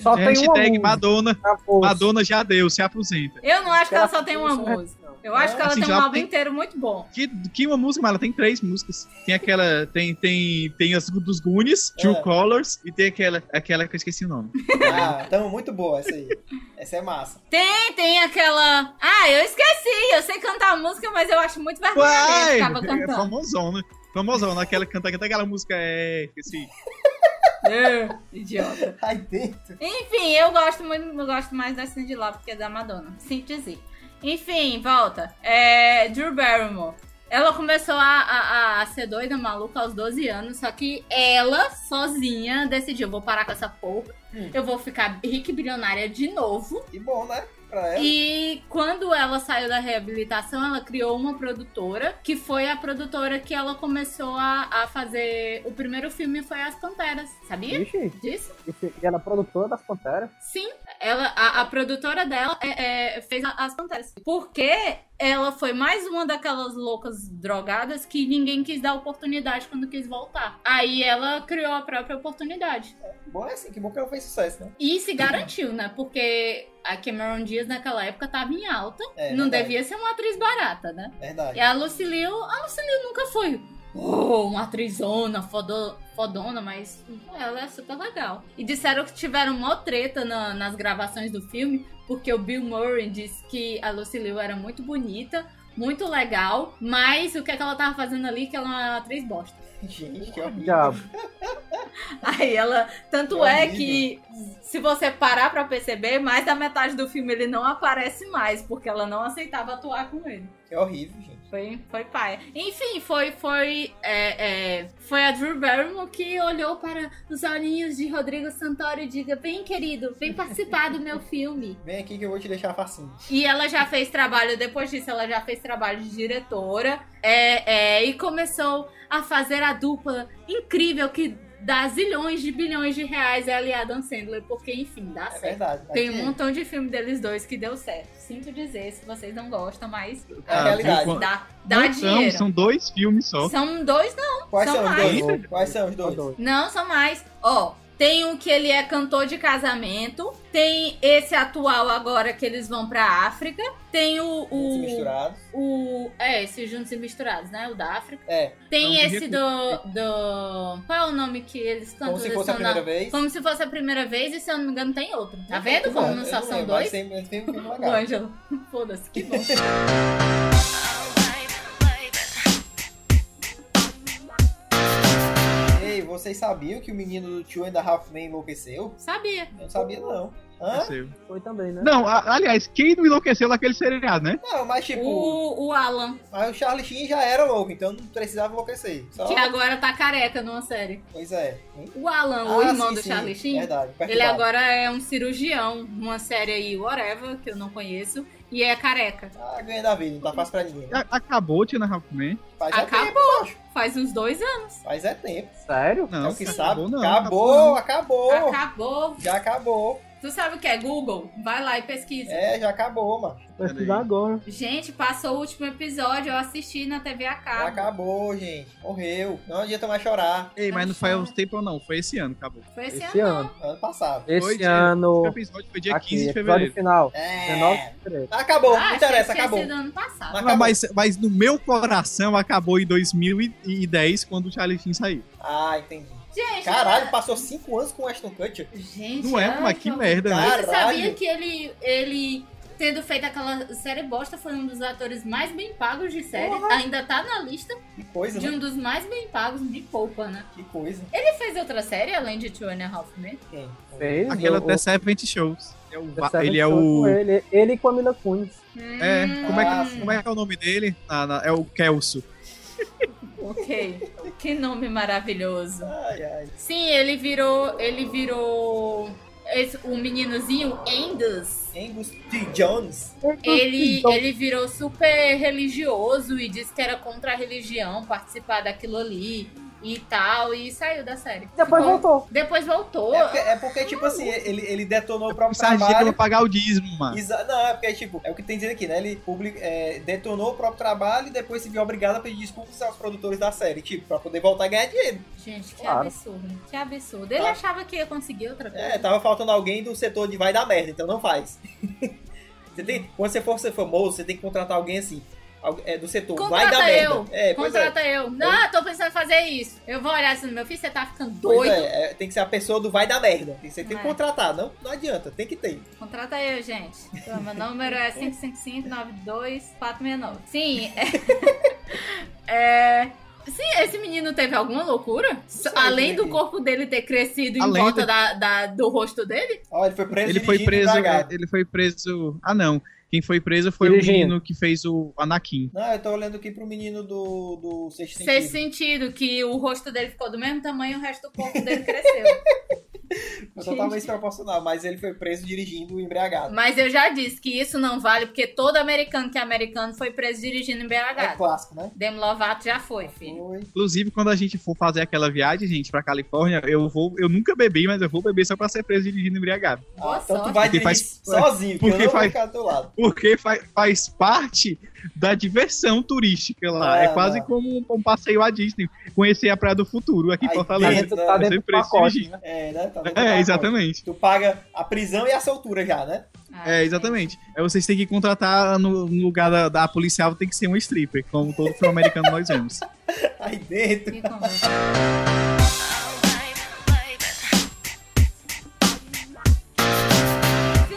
D: Só tem um. uma
C: Hashtag
D: música,
C: Madonna,
D: na força.
C: Madonna já deu, se aposenta.
A: Eu não acho que ela só
D: Ela
A: tem uma
D: não,
A: música. Eu acho que ela
C: Assim,
A: tem um
C: já
A: álbum
C: tem-
A: inteiro muito bom.
C: Que, que uma música, mas ela tem três músicas. Tem aquela, tem, tem, tem as dos Goonies, Two
B: É.
C: Colors, e tem aquela, aquela que eu esqueci o nome.
B: Ah, então muito boa essa aí. Essa é massa.
A: E tem aquela. Ah, eu esqueci! Eu sei cantar a música, mas eu acho muito vergonha. Eu
C: Uai!
A: ficava
C: É
A: cantando.
C: famosona. Famosona, né? aquela que canta, canta aquela música, é, esqueci.
A: É, idiota.
B: Ai, dentro.
A: Enfim, eu gosto muito, eu gosto mais da Cindy Lauper que da Madonna. Sinto dizer. Enfim, volta. É, Drew Barrymore. Ela começou a, a, a ser doida, maluca, aos 12 anos, só que ela, sozinha, decidiu, eu vou parar com essa porra,
B: Hum.
A: eu vou ficar rica e bilionária de novo.
B: Que bom, né? Pra ela.
A: E quando ela saiu da reabilitação, ela criou uma produtora, que foi a produtora que ela começou a, a fazer... O primeiro filme foi As Panteras, sabia
D: Vixe,
A: disso?
D: e- e ela é produtora das Panteras.
A: Sim, ela, a, a produtora dela é, é, fez a- as panteras. Porque ela foi mais uma daquelas loucas drogadas que ninguém quis dar oportunidade quando quis voltar. Aí ela criou a própria oportunidade.
B: Bom é assim, que bom que ela fez sucesso, né?
A: E se garantiu, né? Porque a Cameron Diaz naquela época tava em alta.
B: É,
A: não
B: verdade, é
A: devia ser uma atriz barata, né?
B: Verdade.
A: E a Lucilio, a Lucilio nunca foi oh, uma atrizona, fodo- fodona, mas ela é super legal. E disseram que tiveram mó treta na- nas gravações do filme, porque o Bill Murray disse que a Lucilio era muito bonita, muito legal, mas o que, é que ela tava fazendo ali que ela é uma atriz bosta.
B: Gente, que horrível.
D: Diabo.
A: Aí ela, tanto
B: Que
A: é
B: horrível.
A: que se você parar pra perceber, mais da metade do filme ele não aparece mais, porque ela não aceitava atuar com ele.
B: Que horrível, gente.
A: Foi, foi paia. Enfim, foi, foi, é, é, foi a Drew Barrymore que olhou para os olhinhos de Rodrigo Santoro e diga, vem querido, vem participar do meu filme.
B: Vem aqui que eu vou te deixar facinho.
A: E ela já fez trabalho, depois disso ela já fez trabalho de diretora é, é, e começou a fazer a dupla incrível que dá zilhões de bilhões de reais ela e Adam Sandler, porque enfim, dá
B: É
A: certo.
B: verdade.
A: Tem
B: Aqui
A: um montão de filme deles dois que deu certo. Sinto dizer, se vocês não gostam, mas
B: É a realidade.
C: viu?
A: dá, dá
C: Ah, Não são,
A: dinheiro.
C: são dois filmes só.
A: São dois, não.
B: Quais
A: são
B: são os
A: mais.
B: dois? Quais são os dois?
A: Não, são mais. Ó, tem um que ele é cantor de casamento. Tem esse atual agora que eles vão pra África. Tem o.
B: Juntos e
A: o...
B: Misturados.
A: O, é, esse Juntos e Misturados, né? O da África.
B: É,
A: Tem
C: Não, de
A: esse
C: jeito
A: do, do. Qual é o nome que eles cantam?
B: como se
A: Eles
B: fosse a
A: estão na-
B: primeira vez.
A: Como se fosse a primeira vez, e se eu não me engano, tem outro. Tá vendo
B: Eu
A: como
B: lembro,
A: não
B: eu
A: só são
B: lembro,
A: dois?
B: Mas tem, mas tem um filme
A: O
B: legal.
A: Ângelo. Foda-se, que bom.
B: Ei, vocês sabiam que o menino do Tio ainda Half Man enlouqueceu?
A: Sabia.
B: Eu não sabia, não. Hã?
C: Enlouqueceu.
D: Foi também, né?
C: Não, a- aliás, quem não enlouqueceu naquele seriado, né?
B: Não, mas tipo,
A: O, o Alan,
B: mas o Charlie Sheen já era louco, então não precisava enlouquecer. Só...
A: que agora tá careca numa série.
B: Pois é. Hum?
A: O Alan, o
B: Ah,
A: irmão
B: sim,
A: do
B: sim,
A: Charlie Sheen,
B: Verdade.
A: ele
B: perturbado.
A: agora é um cirurgião numa série aí, whatever, que eu não conheço, e é careca.
B: Ah, ganha da vida, não tá fácil pra ninguém. né?
C: A- acabou Tina Hawkman.
B: Faz é tempo,
A: Acabou! Faz uns dois anos.
B: faz é tempo.
D: Sério?
C: Não,
B: é o que
C: acabou,
B: sabe.
C: não.
B: acabou, acabou,
A: Acabou.
B: Já acabou.
A: Tu sabe o que é Google? Vai lá e pesquisa.
B: É, já acabou, mano.
D: Vai estudar agora.
A: Gente, passou o último episódio, eu assisti na TV a
B: Já
A: cabo.
B: acabou, gente. Morreu. Não adianta mais chorar.
C: Ei, mas não foi há uns tempos, não. Foi esse ano, acabou.
A: Foi esse,
D: Esse
A: ano.
D: ano.
B: Ano passado.
D: Esse
C: Foi, O
D: ano.
C: episódio foi né? dia
D: Aqui,
C: 15 de fevereiro.
D: episódio final.
B: É.
D: 19 de fevereiro.
B: Acabou,
A: Ah,
B: não interessa,
A: achei que
B: acabou.
A: tinha sido ano passado.
B: Acabou.
C: Mas, mas no meu coração acabou em 2010, quando o Charlie Sheen saiu.
B: Ah, entendi.
A: Gente,
B: Caralho, passou 5 anos com o Ashton Kutcher.
A: era- gente,
C: Não é,
A: ai,
C: mas que
A: pelo-
C: merda,
B: Cara.
C: né?
A: Você
B: Caralho.
A: sabia que ele, ele, tendo feito aquela série bosta, foi um dos atores mais bem pagos de série. Ainda tá na lista
B: Que coisa,
A: de
B: né?
A: um dos mais bem pagos, me poupa, né?
B: Que coisa.
A: Ele fez outra série além de Two and a Half Men?
B: Quem?
D: Fez,
C: Aquela
D: o- o-
C: é The Servant Shows. É o va-
D: Seven
C: ele é
D: Shows com
C: o.
D: Ele, ele e com a Mila Kunis.
A: Hum,
C: É, como é,
B: Ah,
C: que,
B: sim.
C: como é que é o nome dele? Ah, na- é o Kelso.
A: Ok. que nome maravilhoso.
B: Ai, ai.
A: Sim, ele virou. Ele virou. esse- o meninozinho Angus.
B: Angus T. Jones.
A: Ele,
B: Então.
D: Então,
A: é ele virou super religioso e disse que era contra a religião participar daquilo ali e tal. E saiu da série.
D: Depois
A: Ficou-
D: voltou.
A: Depois voltou.
B: É porque, é porque, tipo assim, ele, ele detonou o próprio
C: Precisa dizer que eu
B: trabalho.
C: vou pagar o dízimo, mano.
B: Exa- não, é porque, tipo, é o que tem dizendo aqui, né? Ele public, é, detonou o próprio trabalho e depois se viu obrigado a pedir desculpas aos produtores da série, tipo, pra poder voltar a ganhar dinheiro.
A: Gente, que
D: Claro.
A: absurdo. Que absurdo. Ele
B: Tá.
A: achava que ia conseguir outra coisa.
B: É, tava faltando alguém do setor de vai dar merda, então não faz. você tem, quando você for ser famoso, você tem que contratar alguém assim, al- é, do setor vai
A: Contrata
B: dar
A: eu.
B: merda. É, pois é.
A: Contrata eu. Não, tô pensando em fazer isso. Eu vou olhar assim, meu filho, você tá ficando
B: Pois
A: doido.
B: é, é, tem que ser a pessoa do vai dar merda. Você tem que
A: É.
B: contratar, não, não adianta, tem que ter.
A: Contrata eu, gente. Então, meu número é 555-92-469. Sim, é... é... Sim, esse menino teve alguma loucura?
B: sei,
A: Além do
B: né?
A: corpo dele ter crescido
C: Além
A: em volta
C: do-
A: da, da- do rosto dele?
B: Ó, ele foi preso
C: Ele foi
B: dirigindo
C: preso. é.
B: embriagado.
C: Ele foi preso. Ah, não. Quem foi preso foi o
D: Dirigindo.
C: menino que fez o Anakin.
B: Não, eu tô olhando aqui pro menino do, do Sexto
A: Fez
B: Sentido.
A: sentido que o rosto dele ficou do mesmo tamanho e o resto do corpo dele cresceu.
B: Totalmente desproporcional, mas ele foi preso dirigindo embriagado.
A: Mas eu já disse que isso não vale porque todo americano que é americano foi preso dirigindo em
B: É
A: BH.
B: clássico, né?
A: Demi Lovato já foi, filho.
B: Oi.
C: Inclusive, quando a gente for fazer aquela viagem, gente, pra Califórnia, eu vou. Eu nunca bebi, mas eu vou beber só pra ser preso dirigindo embriagado.
B: Ah,
A: Boa
B: então tu
A: sorte.
B: vai
C: Porque
B: dirigir
C: faz-
B: sozinho, porque,
C: porque
B: eu não vou
C: faz-
B: ficar do teu lado.
C: Porque fa- faz parte da diversão turística lá.
B: Ah,
C: é quase
B: não.
C: como um, um passeio à Disney. Conhecer a Praia do Futuro aqui em
B: Aí
C: Fortaleza.
B: dentro,
D: tá
B: né?
C: Você
D: dentro do pacote.
C: precisa-
D: né?
B: É, né? Tá dentro do
C: É,
B: pacote.
C: exatamente.
B: Tu paga a prisão e a soltura já, né?
A: Ah,
C: É,
A: sim.
C: exatamente. Aí vocês têm que contratar no, no lugar da, da policial, tem que ser um stripper, como todo filme americano nós vemos.
B: Aí dentro.
A: Que conversa.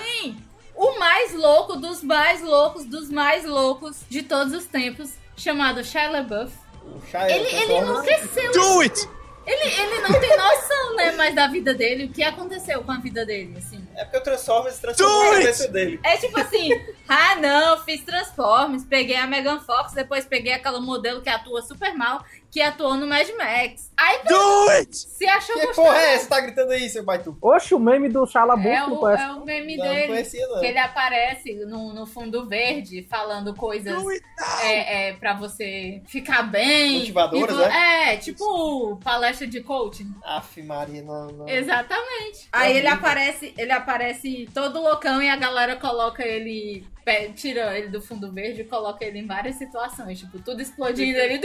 A: Sim, o mais louco dos mais loucos dos mais loucos de todos os tempos, chamado Shia LaBeouf.
B: O chá é
A: Ele, ele enlouqueceu.
C: Do it!
A: Ele, ele não tem noção, né, mais da vida dele, o que aconteceu com a vida dele, assim.
B: É porque o Transformers transformou
C: Do
B: o
C: it!
B: cabeça dele.
A: É tipo assim, ah não, fiz Transformers, peguei a Megan Fox, depois peguei aquela modelo que atua super mal, que atuou no Mad Max. Aí
C: Do it!
A: se achou
B: Que
A: gostoso.
B: porra é essa? Tá gritando aí, seu baitu?
D: Oxe, o meme do Xalabu,
A: É
D: tu não
A: o,
D: conhece?
A: é o meme
B: Não, não
A: dele.
B: conhecia, não.
A: Que ele aparece no, no fundo verde falando coisas
C: Do it!
A: é, é, pra você ficar bem.
B: Motivadoras,
A: E É, tipo palestra de coaching.
B: Aff, Maria, não, não.
A: Exatamente. Aí ele
B: horrível.
A: aparece, ele aparece todo loucão e a galera coloca ele. pe- Tira ele do fundo verde e coloca ele em várias situações. Tipo, tudo explodindo ele.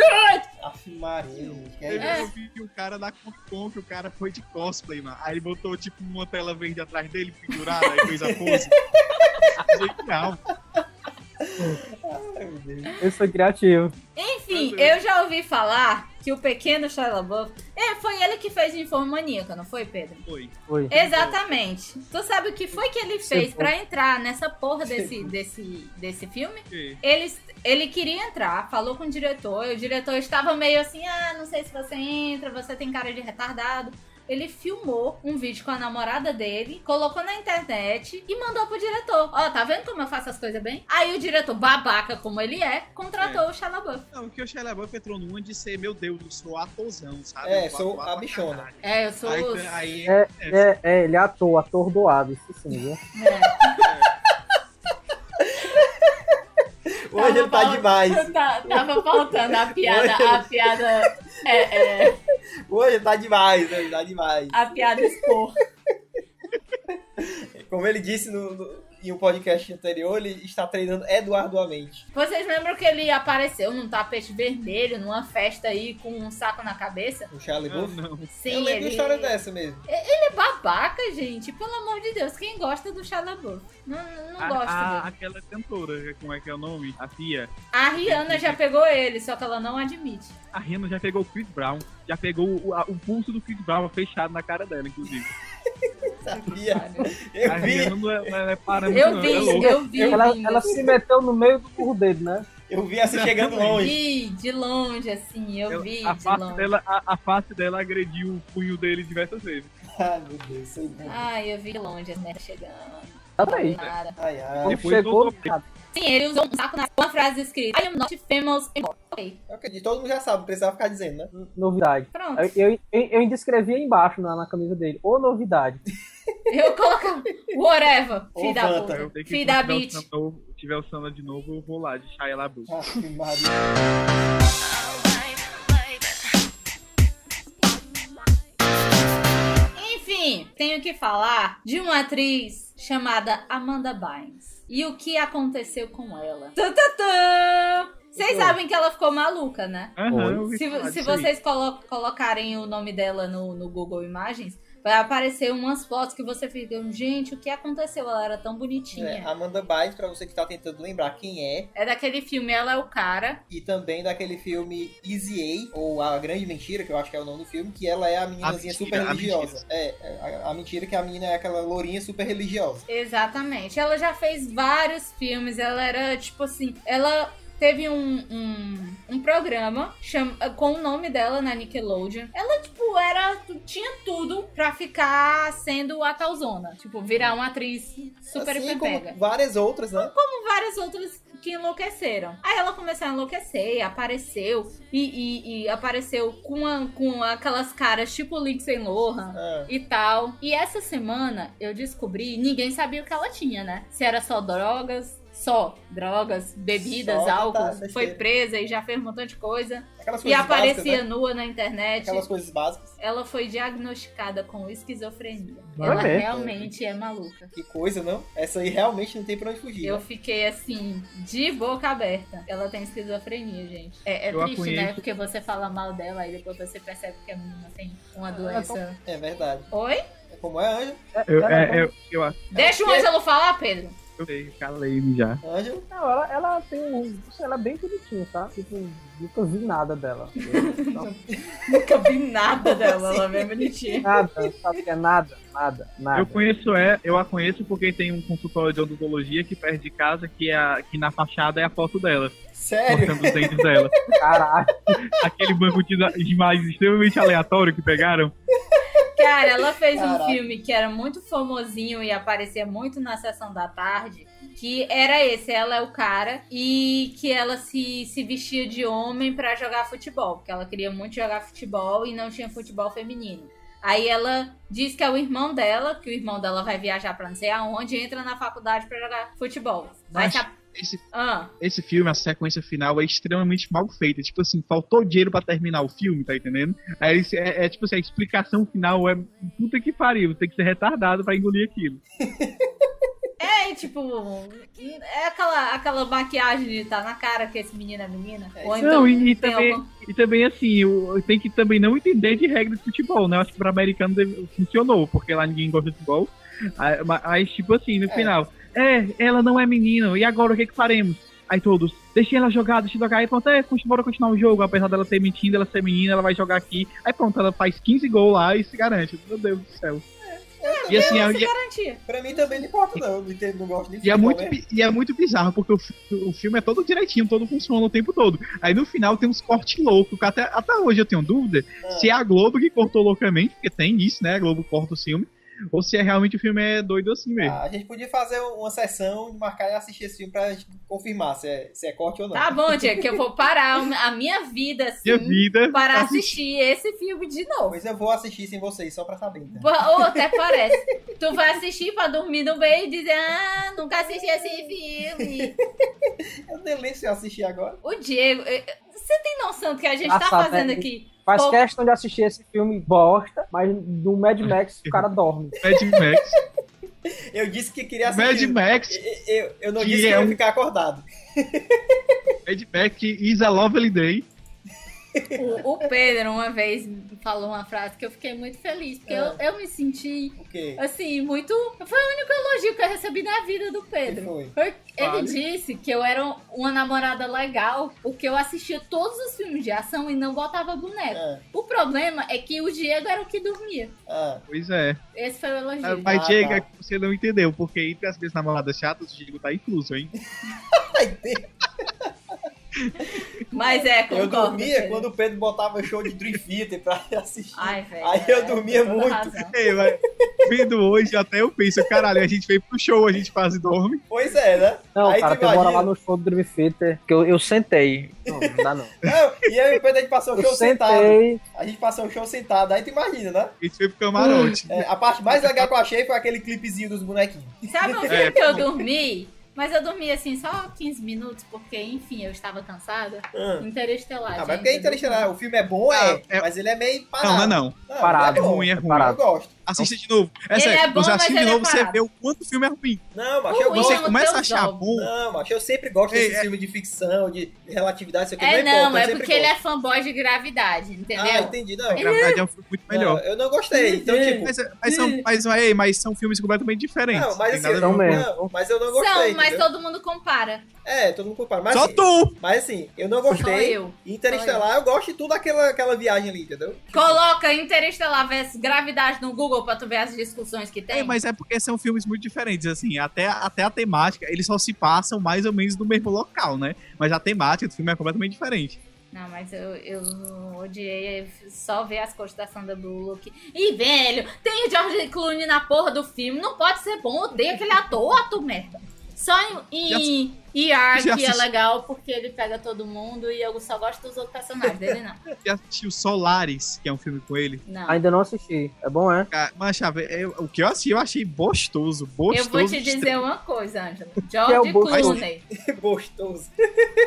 B: Aff, Maria. gente, que é
C: Eu
B: isso?
C: eu vi o cara da Comic Con, que o cara foi de cosplay, mano. Aí ele botou, tipo, uma tela verde atrás dele, pendurada, aí fez a pose. Genial.
B: Ai, meu Deus.
D: Esse foi criativo.
A: Enfim, eu já ouvi falar que o pequeno Shia LaBeouf... É, foi ele que fez Infomaníaca, não foi, Pedro?
C: Foi.
D: Foi.
A: É Exatamente. Tu sabe o que foi que ele fez
D: Sim.
A: pra entrar nessa porra desse, desse, desse filme?
C: Ok.
A: Ele, ele queria entrar, falou com o diretor, e o diretor estava meio assim, ah, não sei se você entra, você tem cara de retardado. ele filmou um vídeo com a namorada dele, colocou na internet e mandou pro diretor. Ó, tá vendo como eu faço as coisas bem? Aí o diretor, babaca como ele é, contratou o Shia LaBeouf.
C: Não, que o Shia LaBeouf entrou numa de ser, meu Deus, eu sou atorzão, sabe?
B: É,
C: Eu vou
B: sou
C: atuar pra
B: a bichona.
C: caralho.
A: É, eu sou.
C: Aí,
A: os-
C: aí
D: É, é, é, ele é ator, atordoado, isso sim, viu?
A: Tava
B: Hoje ele tá
A: faltando-
B: demais.
A: Tá- tava faltando a piada, a piada, é,
B: Hoje ele tá demais, hoje tá demais.
A: a piada expor.
B: Como ele disse no, no- em um podcast anterior, ele está treinando eduardoamente.
A: Vocês lembram que ele apareceu num tapete vermelho, numa festa aí com um saco na cabeça?
B: O Charlie
C: Não,
B: Buff.
C: não.
A: Sim,
B: Eu lembro
A: ele...
B: de história dessa mesmo.
A: ele é babaca, gente. Pelo amor de Deus, quem gosta do Xalabô? Não, não
C: A-
A: gosto.
C: a-
A: dele.
C: aquela cantora, como é que é o nome? A Fia.
A: A Rihanna já pegou ele, só que ela não admite.
C: A Rihanna já pegou o Chris Brown, já pegou o, a- o pulso do Chris Brown fechado na cara dela, inclusive.
B: Sabia?
C: a
B: Eu vi,
C: Rihanna não é, não é parâmetro,
A: Eu
C: não,
A: vi,
C: é louca.
A: eu vi.
D: Ela,
A: vindo.
D: ela se meteu no meio do burro dele, né?
B: eu vi essa chegando longe.
A: Vi de longe, assim, eu, vi
C: a,
A: de
C: face
A: longe.
C: dela, a, a face dela agrediu o punho dele diversas vezes.
B: Ai, meu Deus, sei lá.
A: Ai, eu vi de longe, né? Chegando.
D: Tá aí.
A: Nada.
B: Ai, ai.
D: Quando
C: Depois
D: chegou,
C: voltou.
D: cara,
A: Sim, ele usou um saco na uma frase escrita. I am not famous anymore. Ok,
B: Eu acredito, todo mundo já sabe, não precisava ficar dizendo, né?
D: novidade.
A: pronto.
D: Eu, eu, eu eu ainda escrevi aí embaixo na, na camisa dele. Ô, novidade.
A: Eu colocava whatever, filho
B: Ô,
A: da
B: Fanta,
A: puta,
C: Eu tenho que
A: filho da
C: quando tiver o
A: bitch.
C: Samba, eu- tiver o Samba de novo, eu vou lá de Shia LaBeouf.
B: Ave Maria.
A: Enfim, tenho que falar de uma atriz chamada Amanda Bynes. E o que aconteceu com ela? Tum, tum, tum! Vocês sabem que ela ficou maluca, né?
C: Aham, eu ouvi
A: Se,
C: falar
A: se
C: disso aí.
A: vocês colo- colocarem o nome dela no, no Google Imagens, vai aparecer umas fotos que você fica, gente, o que aconteceu? Ela era tão bonitinha.
B: É, Amanda Bynes, pra você que tá tentando lembrar quem é,
A: É daquele filme Ela é o Cara.
B: e também daquele filme Easy A, ou A Grande Mentira, que eu acho que é o nome do filme, que ela é a meninazinha
C: A mentira,
B: super
C: a
B: religiosa. é, a, a mentira é que a menina é aquela lourinha super religiosa.
A: Exatamente. Ela já fez vários filmes. Ela era, tipo assim, ela. Teve um, um, um programa cham- com o nome dela na Nickelodeon. Ela, tipo, era. Tinha tudo pra ficar sendo a talzona. Tipo, virar uma atriz super
B: assim
A: pega.
B: como várias outras, né?
A: várias outras que enlouqueceram. Aí ela começou a enlouquecer, e apareceu, e, e- e apareceu com, a- com aquelas caras tipo Lindsay Lohan
B: Ah,
A: e tal. E essa semana eu descobri, ninguém sabia o que ela tinha, né? Se era só drogas, só drogas, bebidas,
B: Só
A: álcool.
B: besteira.
A: Foi presa e já fez um montão de coisa.
B: aquelas coisas
A: E aparecia
B: básicas, né?
A: nua na internet.
B: Aquelas coisas básicas.
A: Ela foi diagnosticada com esquizofrenia.
D: Vai
A: ela
D: ver.
A: realmente é maluca.
B: Que coisa, não? Essa aí realmente não tem pra onde fugir.
A: Eu
B: né?
A: fiquei assim, de boca aberta. Ela tem esquizofrenia, gente. É, é
C: Eu a
A: triste,
C: conheço.
A: né? Porque você fala mal dela e depois você percebe que a menina tem uma
C: Ah, tá
A: doença.
B: É verdade.
A: Oi?
B: É Como é, Ângelo?
C: Eu,
D: Ela
C: é, eu, eu, eu,
A: Deixa o
B: porque-
A: Ângelo falar, Pedro.
C: eu calei-me já.
B: Ângelo?
D: Não, ela, ela tem um. Ela é bem bonitinha, tá? Tipo, nunca vi nada dela.
A: Nunca vi nada dela, ela é bem bonitinha.
D: Nada, sabe? que É nada, nada, nada.
C: Eu conheço é, eu a conheço porque tem um consultório de odontologia que perto de casa que é a- que na fachada é a foto dela,
B: Sério?
C: cortando os dentes dela.
D: Caralho.
C: Aquele banco de da- de imagens extremamente aleatório que pegaram.
A: Cara, ela fez um
B: Caraca.
A: filme que era muito famosinho e aparecia muito na sessão da tarde. Que era esse, ela é o cara, e que ela se, se vestia de homem pra jogar futebol, porque ela queria muito jogar futebol e não tinha futebol feminino. Aí ela diz que é o irmão dela, que o irmão dela vai viajar pra não sei aonde, e entra na faculdade pra jogar futebol. Aí
C: Mas
A: se a-
C: esse-
A: Ah,
C: Esse filme, a sequência final é extremamente mal feita. Tipo assim, faltou dinheiro pra terminar o filme, tá entendendo? Aí esse- é, é tipo assim, a explicação final é puta que pariu, tem que ser retardado pra engolir aquilo.
A: é tipo. É aquela, aquela maquiagem de tá na cara que esse menino é menina.
B: É
A: Ou
B: isso.
A: então
C: Não, e- e
A: tem
C: também-
A: algum-
C: E também assim, o- tem que também não entender de regra de futebol, né? Eu acho que pra americano deve- funcionou, porque lá ninguém gosta de futebol. Aí, ma- aí, tipo assim, no
B: É.
C: final, é, ela não é menina, e agora o que que faremos? Aí todos, deixem ela jogar, deixem ela jogar, aí pronto, é, continu- bora continuar o jogo, apesar dela ter mentindo, ela ser menina, ela vai jogar aqui. Aí pronto, ela faz 15 gols lá e se garante. Meu Deus do céu. E assim, é, e, é-
A: Garantia.
B: Pra mim também não importa, não. Eu Não, entendo, não gosto nem de
C: e é
B: futebol
C: muito,
B: mesmo.
C: bi- e é muito bizarro, porque o, fi- o filme é todo direitinho, todo funciona o tempo todo. Aí no final tem uns cortes loucos, que até, até hoje eu tenho dúvida
B: Ah.
C: se é a Globo que cortou loucamente, porque tem isso, né? A Globo corta o filme, ou se é realmente o filme é doido assim mesmo.
B: Ah, a gente podia fazer uma sessão de marcar e assistir esse filme pra gente confirmar se é, se é corte ou não.
A: Tá bom, tia, que eu vou parar a minha vida, assim,
C: Minha vida.
A: para
B: Tá
A: assistir esse filme de novo.
B: Pois eu vou assistir sem vocês, só pra saber. Então.
A: Bo- Ou até parece. Tu vai assistir pra dormir no meio e dizer, ah, nunca assisti esse filme.
B: Eu nem lembro se eu assisti agora.
A: O Diego, eh, você tem noção do que a gente tá
D: Nossa,
A: fazendo
D: velho.
A: aqui?
D: Faz
A: Pô.
D: questão de assistir esse filme bosta, mas no Mad Max o cara dorme.
C: Mad Max.
B: Eu disse que
A: assim.
B: queria
C: Mad
B: assistir.
C: Max.
B: E- Eu, eu, não
C: é Que
B: disse que
C: é
B: eu ia
C: um-
B: ficar acordado.
C: Mad Max is a lovely day.
A: O, o Pedro uma vez falou uma frase que eu fiquei muito feliz, porque eu, eu me senti,
B: O quê?
A: assim, muito. Foi o único elogio que eu recebi na vida do
B: Que
A: Pedro.
B: foi?
A: Foi- Ele
C: Vale.
A: disse que eu era uma namorada legal porque eu assistia todos os filmes de ação e não botava boneco.
B: Ah,
A: O problema é que o Diego era o que dormia.
B: ah.
C: Pois é.
A: Esse foi o elogio.
C: Mas,
B: Ah,
C: Diego,
B: tá.
C: é que você não entendeu, porque entre as minhas namoradas chatas, o Diego tá incluso, hein?
B: Ai, Deus.
A: Mas é,
B: Eu
A: concordo.
B: dormia
A: Pedro.
B: quando o Pedro botava show de Dream Theater pra assistir.
A: Ai, velho.
B: Aí eu
A: é,
B: dormia
A: com toda
B: muito.
A: razão.
C: Ei, mas vendo hoje, até eu penso, caralho, a gente veio pro show, a gente quase dorme.
B: Pois é, né?
D: Não,
B: Aí
D: cara,
B: tu
D: tu mora
B: imagina.
D: lá no show do Dream Theater, que eu, eu sentei. Não, não dá não.
B: Não, e aí o Pedro a gente passou o
D: Eu
B: show sentado.
D: sentei.
B: A gente passou o show sentado. Aí tu imagina, né?
C: A gente veio pro
A: Hum.
C: camarote.
B: É, a parte mais legal que eu achei foi aquele clipezinho dos bonequinhos.
A: Sabe um filme
C: É.
A: que eu dormi? Mas eu dormi assim só 15 minutos, porque, enfim, eu estava cansada.
B: Ah,
A: Interestelar.
B: Ah,
A: gente,
B: mas porque é
A: eu
B: Interestelar, o filme é bom, é,
C: Ah, é-
B: mas ele é meio parado.
C: Não, não, é não.
B: Não,
D: Parado.
B: é bom.
C: Ruim, é ruim.
B: Eu
D: Parado.
B: gosto.
C: Assista de novo. É
A: Ele
C: sério,
A: é bom,
C: você
A: mas
C: assiste de
A: ele é
C: novo, você
A: parado.
C: vê o quanto o filme é ruim.
B: Não, macho, eu
A: Ruim, é
B: gosto.
C: Você
A: Não,
C: começa
A: Deus
C: a achar
A: do-
C: bom.
B: Não, macho, eu sempre gosto
C: Ei,
B: desses
C: é-
B: filmes de ficção, de relatividade, isso aqui
A: É, não,
B: importa, eu
A: é
B: sempre
A: porque ele é
B: gosto.
A: fanboy de gravidade, entendeu?
B: Ah, entendi, não.
C: Na verdade, é um filme muito melhor. É
B: Não, eu não gostei. Então, tipo.
C: Mas, mas são,
A: é.
C: mas, mas, ei, mas são filmes completamente diferentes.
B: Não, mas
C: Tem
B: assim,
C: nada
B: eu não,
C: a ver
D: São
C: com-
D: mesmo.
B: não, mas eu não
A: São,
B: gostei.
A: mas
B: entendeu?
A: todo mundo compara.
B: É, todo mundo compara. Mas,
C: Só
B: assim,
C: tu!
B: mas assim, eu não
A: Só
B: gostei.
A: eu.
B: Interestelar, eu gosto de tudo aquela, aquela viagem ali, entendeu?
A: Coloca Interestelar versus Gravidade no Google pra tu ver as discussões que tem.
C: É, mas é porque são filmes muito diferentes, assim, até, até a temática, eles só se passam mais ou menos no mesmo local, né? Mas a temática do filme é completamente diferente.
A: Não, mas eu, eu odiei só ver as costas da Sandra Bullock. E, velho, tem o George Clooney na porra do filme. Não pode ser bom, odeio aquele ator, ator merda. Só em, em ER
C: já
A: que é
C: assisti-
A: legal, porque ele pega todo mundo e eu só gosto dos outros personagens dele, não.
C: E assistiu Solaris, que é um filme com ele.
A: Não.
D: Ainda não assisti. É bom, é?
C: Cara, Mas, Chave, eu- o que eu assisti, eu achei bostoso,
A: Eu
C: bostoso.
A: vou te
C: de
A: dizer uma coisa, Ângela.
D: é
A: George
D: o gostoso?
A: Clooney.
B: Gostoso.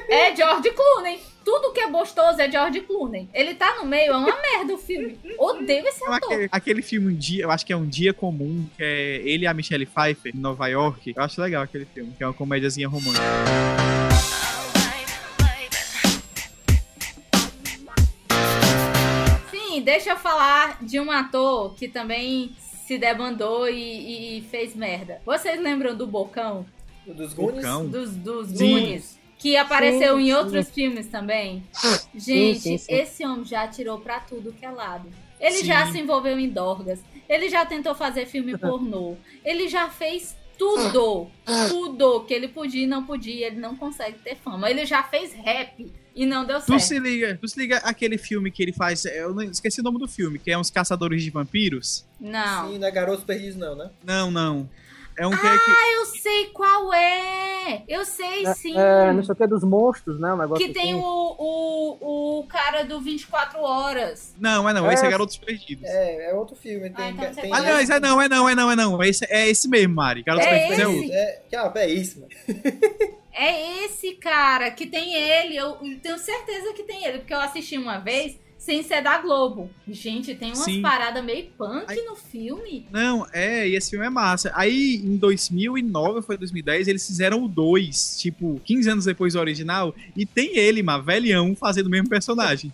A: É George Clooney. Tudo que é gostoso é George Clooney. Ele tá no meio, é uma merda o filme. Odeio esse
C: Então,
A: ator.
C: Aquele, aquele filme um dia, eu acho que é um dia comum, que é ele e a Michelle Pfeiffer em Nova York. Eu acho legal aquele filme, que é uma comédiazinha romântica.
A: Sim, deixa eu falar de um ator que também se debandou e, e- e fez merda. Vocês lembram do Bocão?
B: Dos Goonies.
C: Vulcão.
A: Dos, dos
C: Sim.
A: Goonies? Que apareceu
D: Sim,
A: em
D: sim.
A: outros filmes também. Gente,
D: sim, sim.
A: esse homem já tirou pra tudo que é lado. Ele
C: Sim.
A: já se envolveu em dorgas. Ele já tentou fazer filme pornô. Ele já fez tudo. Tudo que ele podia e não podia. Ele não consegue ter fama. Ele já fez rap e não deu
C: Tu
A: certo.
C: se liga, tu se liga aquele filme que ele faz, é, eu não- esqueci o nome do filme, que é uns caçadores de vampiros?
A: Não.
B: Sim, não é Garotos Perdidos, não, né?
C: Não, não. É um que é que
A: Eu sei qual é! Eu sei sim!
D: É, não sei o que, dos monstros, né? Um negócio
A: que tem o,
D: assim.
A: o, o cara do 24 horas.
C: Não, é não, esse é
D: É.
C: Garotos Perdidos.
B: É, é outro filme. Tem,
A: Ah, então você
B: tem
A: vai-
C: Aliás, é não, é não, é não, é não. Esse, é esse mesmo, Mari. Garotos
A: É
C: Perdidos é
A: esse?
C: outro.
B: É, cara, é isso, mano.
A: É esse cara que tem ele. Eu tenho certeza que tem ele, porque eu assisti uma vez sem ser da Globo. Gente, tem umas
C: Sim.
A: paradas meio punk
C: Ai.
A: no filme.
C: Não, é, e esse filme é massa. Aí, em 2009, foi 2010, eles fizeram o 2, tipo, 15 anos depois do original, e tem ele, uma velhão, fazendo o mesmo personagem.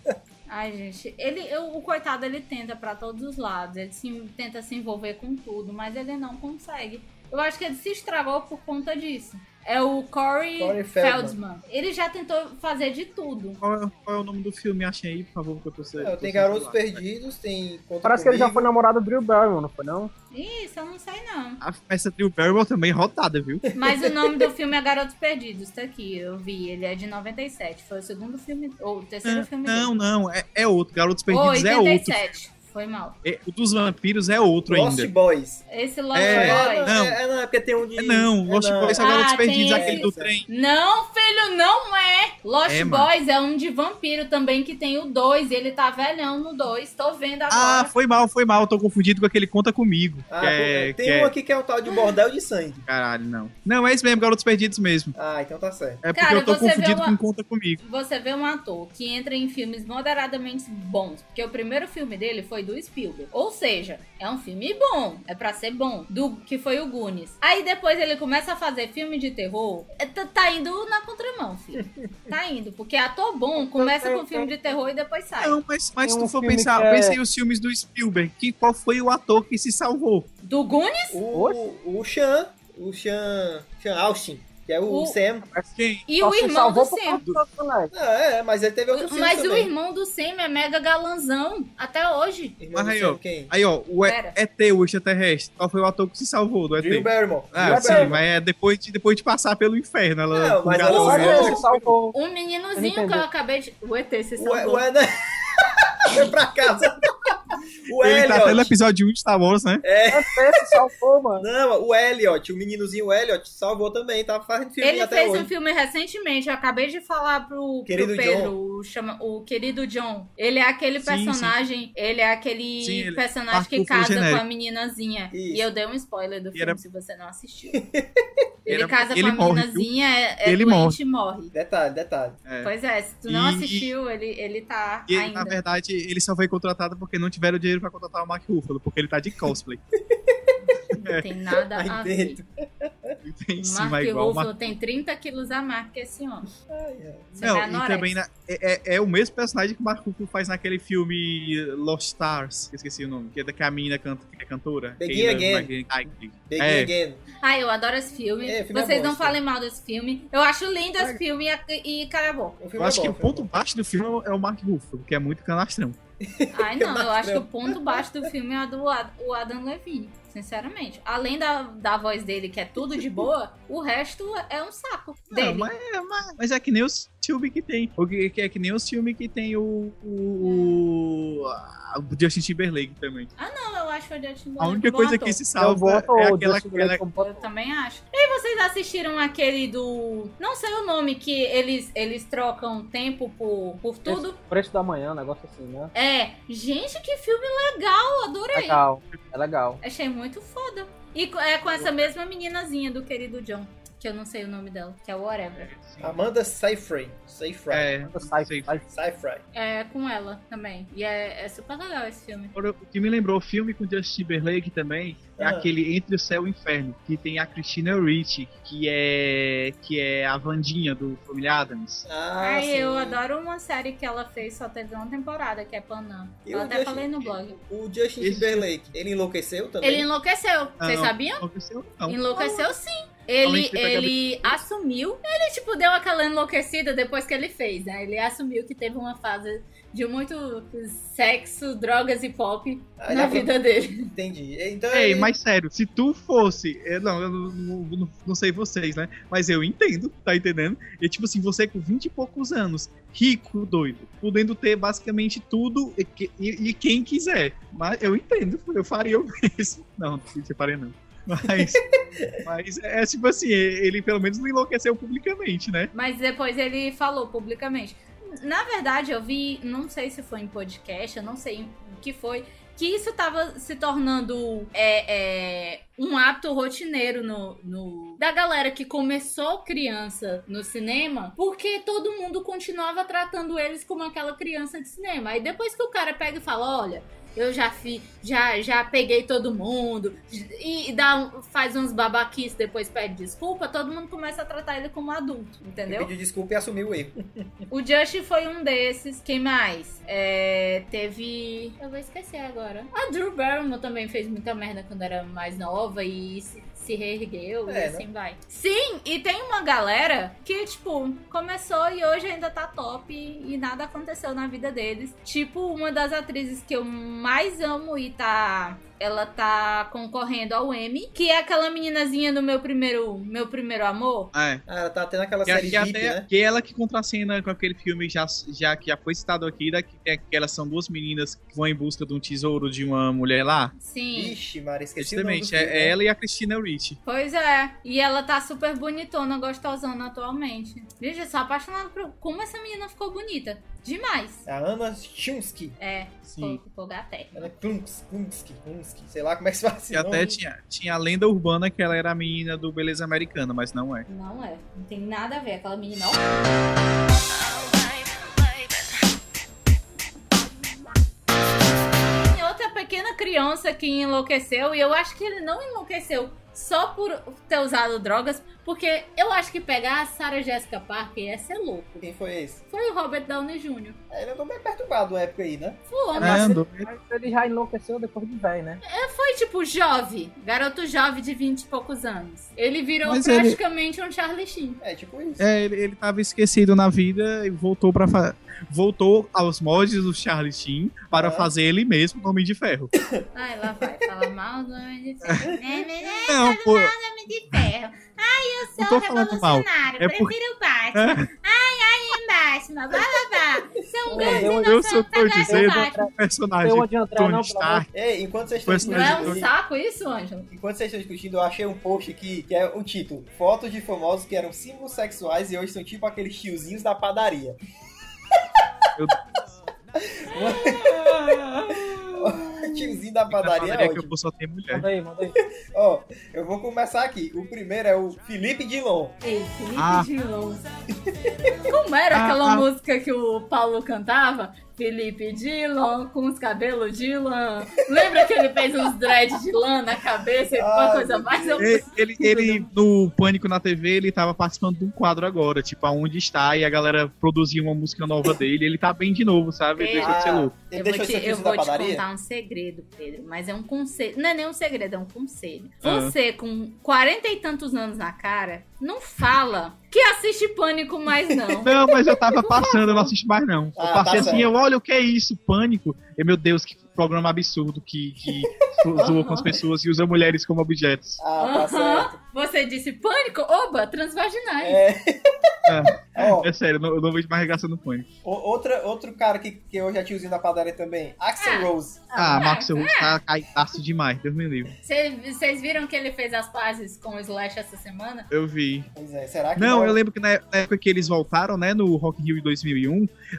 A: Ai, gente, ele, eu- o coitado ele tenta pra todos os lados. Ele se- tenta se envolver com tudo, mas ele não consegue. Eu acho que ele se estragou por conta disso. É o Corey,
B: Corey Feldman.
A: Feldman. Ele já tentou fazer de tudo.
C: Qual é, qual é o nome do filme? Achem aí, por favor, que eu tô se- tô
B: Tem
C: sem
B: Garotos
C: celular.
B: Perdidos, tem. Conta
D: Parece que ele já
B: Comigo.
D: foi namorado do Drew Barrymore, não foi não?
A: Isso, eu não sei não.
C: A festa Drew Barrymore também é rodada, viu?
A: Mas o nome do filme é Garotos Perdidos, tá aqui, eu vi. Ele é de 97. Foi o segundo filme, ou o terceiro filme
C: Ah, Não,
A: dele.
C: não, é, é outro. Garotos
A: Ou
C: Perdidos é outro.
A: 87. Foi mal.
C: É, o dos vampiros é outro
B: Lost
C: ainda.
B: Boys.
A: Esse Lost
C: É,
A: Boys.
C: não.
J: É, é, não, é porque tem um de.
C: É
J: é
C: não, Lost
J: não.
C: Boys é
A: Ah,
C: Garotos
A: tem
C: Perdidos,
A: esse.
C: aquele do trem.
A: Não, filho, não é! Lost
C: É, mano.
A: Boys é um de vampiro também que tem o 2. Ele tá velhão no 2. Tô vendo
C: Ah,
A: agora.
C: foi mal, foi mal. Tô confundido com aquele Conta Comigo.
B: Ah,
C: que é,
B: tem
C: que
B: um
C: é-
B: aqui que é um tal de Bordel de Sangue.
C: Caralho, não. Não, é isso mesmo, Garotos Perdidos mesmo.
B: Ah, então tá certo.
C: É porque
A: Cara,
C: eu tô
A: você vê
C: confundido
A: uma-
C: com Conta Comigo.
A: Você vê um ator que entra em filmes moderadamente bons, porque o primeiro filme dele foi do Spielberg. Ou seja, é um filme bom, é pra ser bom, do que foi o Goonies. Aí depois ele começa a fazer filme de terror, é, tá, tá indo na contramão, filho. Tá indo, porque ator bom começa com filme de terror e depois sai.
C: Não, mas, mas se
D: Tem
C: tu
D: um
C: for
D: filme
C: pensar,
D: que é-
C: pensei nos filmes do Spielberg. Que, qual foi o ator que se salvou?
A: Do Goonies?
B: O, o Sean. O Sean. Sean Austin, que é o,
A: O-
B: Sam.
C: Quem?
A: E
D: Só
A: o
D: se
A: irmão do
D: salvou por
A: Sam.
D: causa do Satanás.
B: Ah, é, mas ele teve outro filme.
A: Mas o
B: também.
A: irmão do Sam é mega galanzão até hoje.
B: Irmão do
C: Mas aí,
B: Sam,
C: ó.
B: quem?
C: Aí, ó, o E-
A: Pera.
C: ET, o extraterrestre. Qual foi o ator que se salvou do ET?
B: Drew Barrymore.
C: Ah,
B: Drew
C: sim,
B: Barrymore.
C: mas é depois de, depois de passar pelo inferno. Ela,
B: Não,
C: com
B: mas
C: gato
B: ela-
D: Mas
C: mesmo.
B: Ela-
D: ele se salvou.
A: Um
D: Eu não
A: meninozinho que
D: entendi.
A: eu acabei de. O ET se
B: O,
A: salvou.
B: o, Ana- Foi pra casa. O
C: Ele tá até no
B: Elliot.
C: episódio 1 de Star Wars, né?
D: Até É, se salvou, mano.
B: Não, o Elliot, o meninozinho Elliot, salvou também, tá fazendo filme
A: Ele
B: até
A: fez
B: hoje.
A: um filme recentemente, eu acabei de falar pro, pro
B: Querido
A: Pedro, o, chama, o querido John. Ele é aquele
C: Sim,
A: personagem, ele é aquele
C: Sim, ele-
A: personagem que
C: Arthur foi
A: casa com
C: genérico.
A: a meninazinha.
B: Isso.
A: E eu dei um spoiler do
C: E
A: filme,
C: era-
A: se você não assistiu.
C: Era-
A: Ele casa
C: ele
A: com a
C: morre, viu?
A: meninazinha, é, é
C: Ele
A: doente e morre.
B: Detalhe, detalhe.
C: É.
A: Pois é, se tu não
C: E-
A: assistiu, ele, ele tá
C: E ele,
A: ainda.
C: na verdade, ele só foi contratado porque não tiveram dinheiro pra contratar o Mark Ruffalo, porque ele tá de cosplay.
A: Não tem nada
C: Tá
B: Aí
A: a ver.
B: dentro.
C: Ele tem
A: Mark
C: em cima igual.
A: Ruffalo
C: o Mark...
A: tem 30 quilos a mais que esse homem.
B: Ai, ai.
A: Você
C: Não,
A: tá
C: e
A: anoréxico.
C: também na- é, é- é o mesmo personagem que o Mark Ruffalo faz naquele filme Lost Stars, que eu esqueci o nome, que é da que a mina canta, que é cantora.
B: Begin
C: Keira
B: Again.
C: Magan- Ai, que-
B: Begin
C: É.
B: Again.
A: Ah, eu adoro esse filme.
B: É, filme é
A: Vocês não
B: bosta.
A: falem mal desse filme. Eu acho lindo esse filme e, e acabou.
B: O filme
C: Eu
B: é
C: acho
B: bom,
C: que
B: o
C: o
B: filme
C: ponto baixo do filme é o Mark Ruffalo, que é muito canastrão.
A: Ai, não, eu acho que o ponto baixo do filme é a do Ad- o Adam Levine, sinceramente. Além da, da voz dele, que é tudo de boa, o resto é um saco
C: Não,
A: dele.
C: mas, mas- mas é que nem os filmes que tem. O que, que é que nem os filmes que tem o. o, o, a- o Justin Timberlake também.
A: Não, eu acho o Justin
C: A
A: Timberlake
C: única
A: bom
C: coisa
A: ator.
C: que se
D: Eu
C: salva
D: voto
C: é
D: o
C: aquela.
D: Justin Timberlake
C: aquela
D: como
A: Eu
D: voto.
A: também acho. E vocês assistiram aquele do. Não sei o nome, que eles, eles trocam tempo por, por tudo.
D: Preço da manhã, um negócio assim, né?
A: É. Gente, que filme legal! Adorei!
D: Legal. É legal.
A: Achei muito foda. E co- é com essa mesma meninazinha do querido John, que eu não sei o nome dela, que é o Whatever.
B: Amanda Seyfried. Seyfried.
C: é,
D: Sai,
C: sei.
D: sai.
B: Seyfried.
A: É com ela também. E é, é super legal esse filme.
C: Agora, O que me lembrou o filme com o Justin Timberlake também é
B: Ah.
C: aquele Entre o Céu e o Inferno, que tem a Christina Ricci, que é que é a Vandinha do Família Adams.
B: Ah,
A: Ai,
B: sim.
A: eu adoro uma série que ela fez, só teve uma temporada, que é Panam.
B: Eu
A: Eu, até
B: deixo-
A: falei no blog.
B: O Justin
C: Esse-
B: Timberlake, ele enlouqueceu também?
A: Ele enlouqueceu, vocês
C: Ah, Não.
A: sabiam?
C: Aconteceu? Não.
A: Enlouqueceu sim. Ele,
C: Além de pegar
A: ele assumiu, ele tipo deu aquela enlouquecida depois que ele fez, né? Ele assumiu que teve uma fase de muito sexo, drogas e pop
B: Ah,
A: na
B: já-
A: vida dele.
B: Entendi. Então,
C: Ei,
B: ele-
C: mas sério, se tu fosse. eu Não, eu não, não- não- não sei vocês, né? Mas eu entendo, tá entendendo? E tipo assim, você com 20 e poucos anos, rico, doido, podendo ter basicamente tudo e, que- e- e quem quiser. Mas eu entendo, eu faria o mesmo. Não, não se faria não. Mas, mas é tipo assim, ele pelo menos não enlouqueceu publicamente, né?
A: Mas depois ele falou publicamente. Na verdade, eu vi, não sei se foi em podcast, eu não sei o que foi, que isso tava se tornando é, é, um hábito rotineiro no, no- da galera que começou criança no cinema, porque todo mundo continuava tratando eles como aquela criança de cinema. Aí depois que o cara pega e fala, olha, eu já fi, já, já peguei todo mundo e, e dá, um- faz uns babaquices depois pede desculpa, todo mundo começa a tratar ele como adulto,
B: Ele
A: entendeu?
B: pediu desculpa e assumiu o erro.
A: O Justin foi um desses. Quem mais? É, teve. Eu vou esquecer agora. A Drew Barrymore também fez muita merda quando era mais nova e se,
G: se reergueu e
B: É, né?
G: assim vai.
A: Sim, e tem uma galera que, tipo, começou e hoje ainda tá top e nada aconteceu na vida deles. Tipo, uma das atrizes que eu mais amo e tá. Ela tá concorrendo ao Emmy, que é aquela meninazinha do meu primeiro, meu primeiro amor.
C: Ah, é.
B: Ah, ela tá tendo aquela
C: Que,
B: série
C: que, é
B: VIP,
C: até,
B: né?
C: que ela que contracena com aquele filme já, já que já foi citado aqui, da, que, é que elas são duas meninas que vão em busca de um tesouro de uma mulher lá.
A: Sim.
B: Ixi, Mara, esqueci
C: Justamente,
B: o nome do filme,
C: é, é
B: né?
C: ela e a Christina Ricci.
A: Pois é. E ela tá super bonitona, gostosona atualmente. Gente, eu sou apaixonada por como essa menina ficou bonita. Demais.
B: A Ana Chumsky.
A: É,
C: Sim.
A: ficou, ficou gaté.
B: Ana Klumps, Klumsky, Klumsky. Sei lá como é que se fala esse
C: E até
B: nome.
C: tinha, tinha a lenda urbana que ela era a menina do Beleza Americana, mas não é.
A: Não é. Não tem nada a ver aquela menina. Tem outra pequena criança que enlouqueceu e eu acho que ele não enlouqueceu só por ter usado drogas, porque eu acho que pegar a Sarah Jessica Parker ia ser louco.
B: Quem foi esse?
A: Foi o Robert Downey Jr.
B: É, Ele andou bem perturbado na época aí, né?
A: Foi,
C: É,
A: mas
C: andou.
D: Mas ele já enlouqueceu depois de velho, né?
A: foi tipo jovem, garoto jovem de 20 e poucos anos. Ele virou
C: Mas ele-
A: praticamente um Charlie Sheen.
B: É, tipo isso.
C: É, ele, ele tava esquecido na vida e voltou para voltou aos moldes do Charlie Sheen para
B: Ah.
C: fazer ele mesmo Homem de Ferro.
A: Ai, lá vai, fala mal do homem de ferro. Né, né, né,
C: Não, pô, é
A: homem de ferro. Ai, eu
C: Não
A: sou
C: tô falando mal.
A: revolucionário,
C: É por-
A: prefiro o Batman. Ai, ai, é Batman, blá blá blá. São grandes
D: eu-
C: eu só tô
A: inocentes, agora é o
C: dizendo
A: Batman.
C: o um personagem
D: Eu de
C: Tony
D: André, não, pelo amor
C: Stark.
B: Ei, enquanto vocês estão
C: Pois
A: Não é um
B: discutindo,
A: saco isso, Ângelo?
B: enquanto vocês estão discutindo, eu achei um post aqui que é o título: Fotos de famosos que eram símbolos sexuais e hoje são tipo aqueles tiozinhos da padaria.
C: Meu
B: Tiozinho da
C: da
B: padaria é
C: padaria que eu
B: ótimo.
C: vou só ter
D: de Deus.
C: mulher.
D: Manda aí, manda aí.
B: Ó, eu vou começar aqui. O primeiro é o Felipe Dilon.
A: Ei, Felipe
C: Ah.
A: Dilon. Como era aquela
C: Ah, ah.
A: música que o Paulo cantava? Felipe Dilon, com os cabelos de lã. Lembra que ele fez uns dreads de lã na cabeça e uma
C: Ah,
B: Ai,
A: coisa
B: meu
A: mais? Eu...
C: Ele, ele, ele, no Pânico na TV, ele tava participando de um quadro agora, tipo, aonde está, e a galera produziu uma música nova dele, ele tá bem de novo, sabe?
B: É.
C: Ele
A: Ei.
C: deixou de ser louco.
B: Ah, ele
A: eu vou,
B: deixou
A: te,
B: de ser
A: eu
B: tiozinho
A: vou
B: da
A: te
B: padaria?
A: contar um segredo, Pedro, mas é um conselho. Não é nem um segredo, é um conselho.
C: Ah.
A: Você, com quarenta e tantos anos na cara, não fala que assiste pânico mais, não.
C: Não, mas eu tava passando, eu não assisto mais não. Eu
B: Ah,
C: passei
B: tá
C: assim,
B: certo.
C: eu olha o que é isso, pânico. E meu Deus, que programa absurdo que, que zo- zoa com as pessoas e usa mulheres como objetos.
B: Ah, tá
A: Aham.
B: certo.
A: Você disse pânico? Oba, transvaginais.
B: É. Ó,
C: É sério, eu não, eu não vejo mais regaça no pânico.
B: o- outra, outro cara que, que hoje é tiozinho da padaria também, Axel
A: Ah.
B: Rose.
C: Ah, Max Russo tá caetaço demais, Deus me livre.
A: Vocês viram que ele fez as pazes com o Slash essa semana?
C: Eu vi.
B: Pois é, será que
C: Não,
B: vai-
C: eu lembro que na na época que eles voltaram, né, no Rock in Rio de 2001,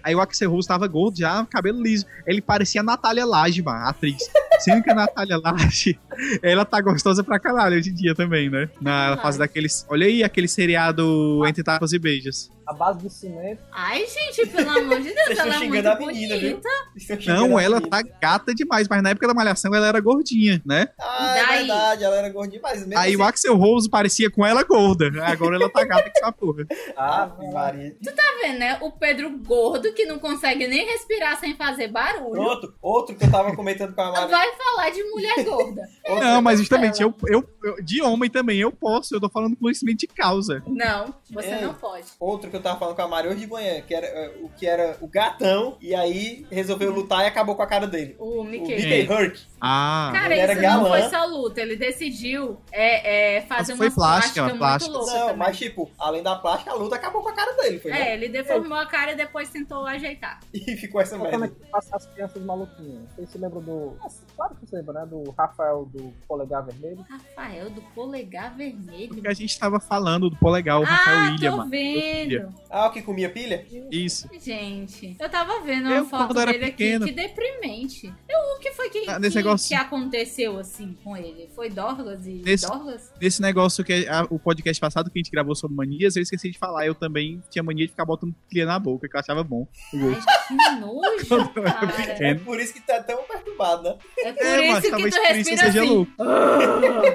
C: aí o Axel Rose tava gordo já, cabelo liso. Ele parecia a Natália Laje, mano, a atriz. Sendo que a Natália Laje, ela tá gostosa pra caralho hoje em dia também, né? Na fase daqueles... Olha aí aquele seriado Entre Tapas e Beijos.
D: A base de cimento.
A: Ai, gente, pelo amor de Deus,
B: Vocês
A: ela é
B: estão
A: muito
B: xingando a
A: bonita. tá
B: menina, viu? Estão xingando
C: Não,
B: a
C: ela
B: menina.
C: tá gata demais, mas na época da Malhação ela era gordinha, né?
B: Ah, é
A: Daí?
B: verdade, ela era gordinha, mas mesmo assim.
C: Aí o Axel Rose parecia com ela gorda, agora ela tá gata que essa porra.
B: Ah, Maria.
A: Tá vendo, né? O Pedro gordo que não consegue nem respirar sem fazer barulho.
B: Pronto, outro que eu tava comentando com a Maria.
A: Vai falar de mulher gorda.
B: Outro-
C: Não, mas justamente, eu, eu, eu- de homem também, eu posso, eu tô falando com conhecimento de causa.
A: Não, você
B: Ei.
A: não pode.
B: Outro que eu tava falando com a Mari hoje de manhã, que era eh, o que era o gatão, e aí resolveu lutar e acabou com a cara dele.
A: O
B: O
A: Mickey.
C: É.
B: Mickey Hurk.
C: Ah,
A: Cara,
B: Ele era
A: isso não
B: é galã.
A: foi só luta. Ele decidiu é, é, fazer
C: Mas foi
A: uma
C: plástica,
A: plástica, muito
C: plástica.
A: louca.
B: Não,
A: também.
B: mas tipo, além da plástica, a luta acabou com a cara dele, foi né?
A: É, ele deformou a cara e depois tentou ajeitar.
B: E ficou essa
D: Como é
B: merda.
D: que passa as crianças maluquinhas? Vocês se lembram do. Ah, claro que você lembra, né? Do Rafael do Polegar Vermelho.
A: Rafael do polegar vermelho.
C: porque a gente tava falando do polegar, É o
A: ah,
C: Rafael William,
A: tô
C: mano.
A: vendo.
B: Ah, o que comia pilha?
C: Isso.
A: Gente, eu tava vendo uma
C: Eu,
A: foto
C: quando era
A: dele aqui,
C: pequeno-
A: que deprimente. Eu, o que foi que,
C: Ah, nesse
A: que,
C: negócio-
A: que aconteceu assim com ele? Foi Dorgas e
C: Nesse-
A: Dorgas?
C: Nesse negócio que é a- o podcast passado que a gente gravou sobre manias, eu esqueci de falar, eu também tinha mania de ficar botando pilha na boca, que eu achava bom.
A: É, Ai, que nojo, cara.
C: Hum.
B: É por isso que tá tão perturbado, né?
A: É por
C: É, mas
A: isso que
C: talvez
A: tu
C: por isso eu
A: respira
C: seja
A: assim.
C: é louco.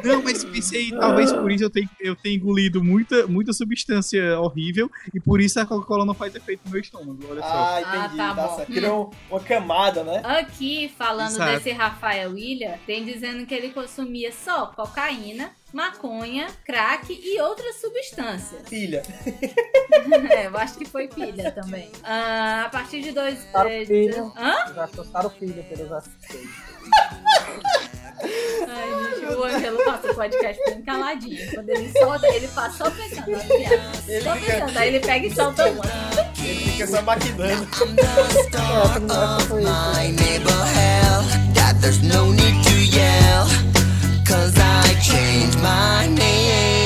C: Não, mas pensei, talvez por isso eu tenha, eu tenha engolido muita, muita substância horrível e por isso a Coca-Cola não faz efeito no meu estômago, olha só.
B: Ah, entendi,
A: Ah, tá
B: tá
A: bom.
B: certo. Criou uma camada, né?
A: Aqui, falando
C: Exato.
A: desse Rafael William tem dizendo que ele consumia só cocaína, maconha, crack e outras substâncias.
B: Filha.
A: É, eu acho que foi pilha também. Ah, a partir de dois.
E: Claro,
A: eh,
E: pilha.
A: Hã?
E: Já assustaram o filho pelos assistentes.
A: Ai, gente, o Ângelo passa o podcast bem caladinho. Quando ele solta, ele passa só pensando. ó, viado.
B: Ele
A: Só
B: fica-
A: pensando, aí ele pega e solta um.
B: Ele fica só maquinando.
K: my neighbor hell that there's no need to yell cause i changed my name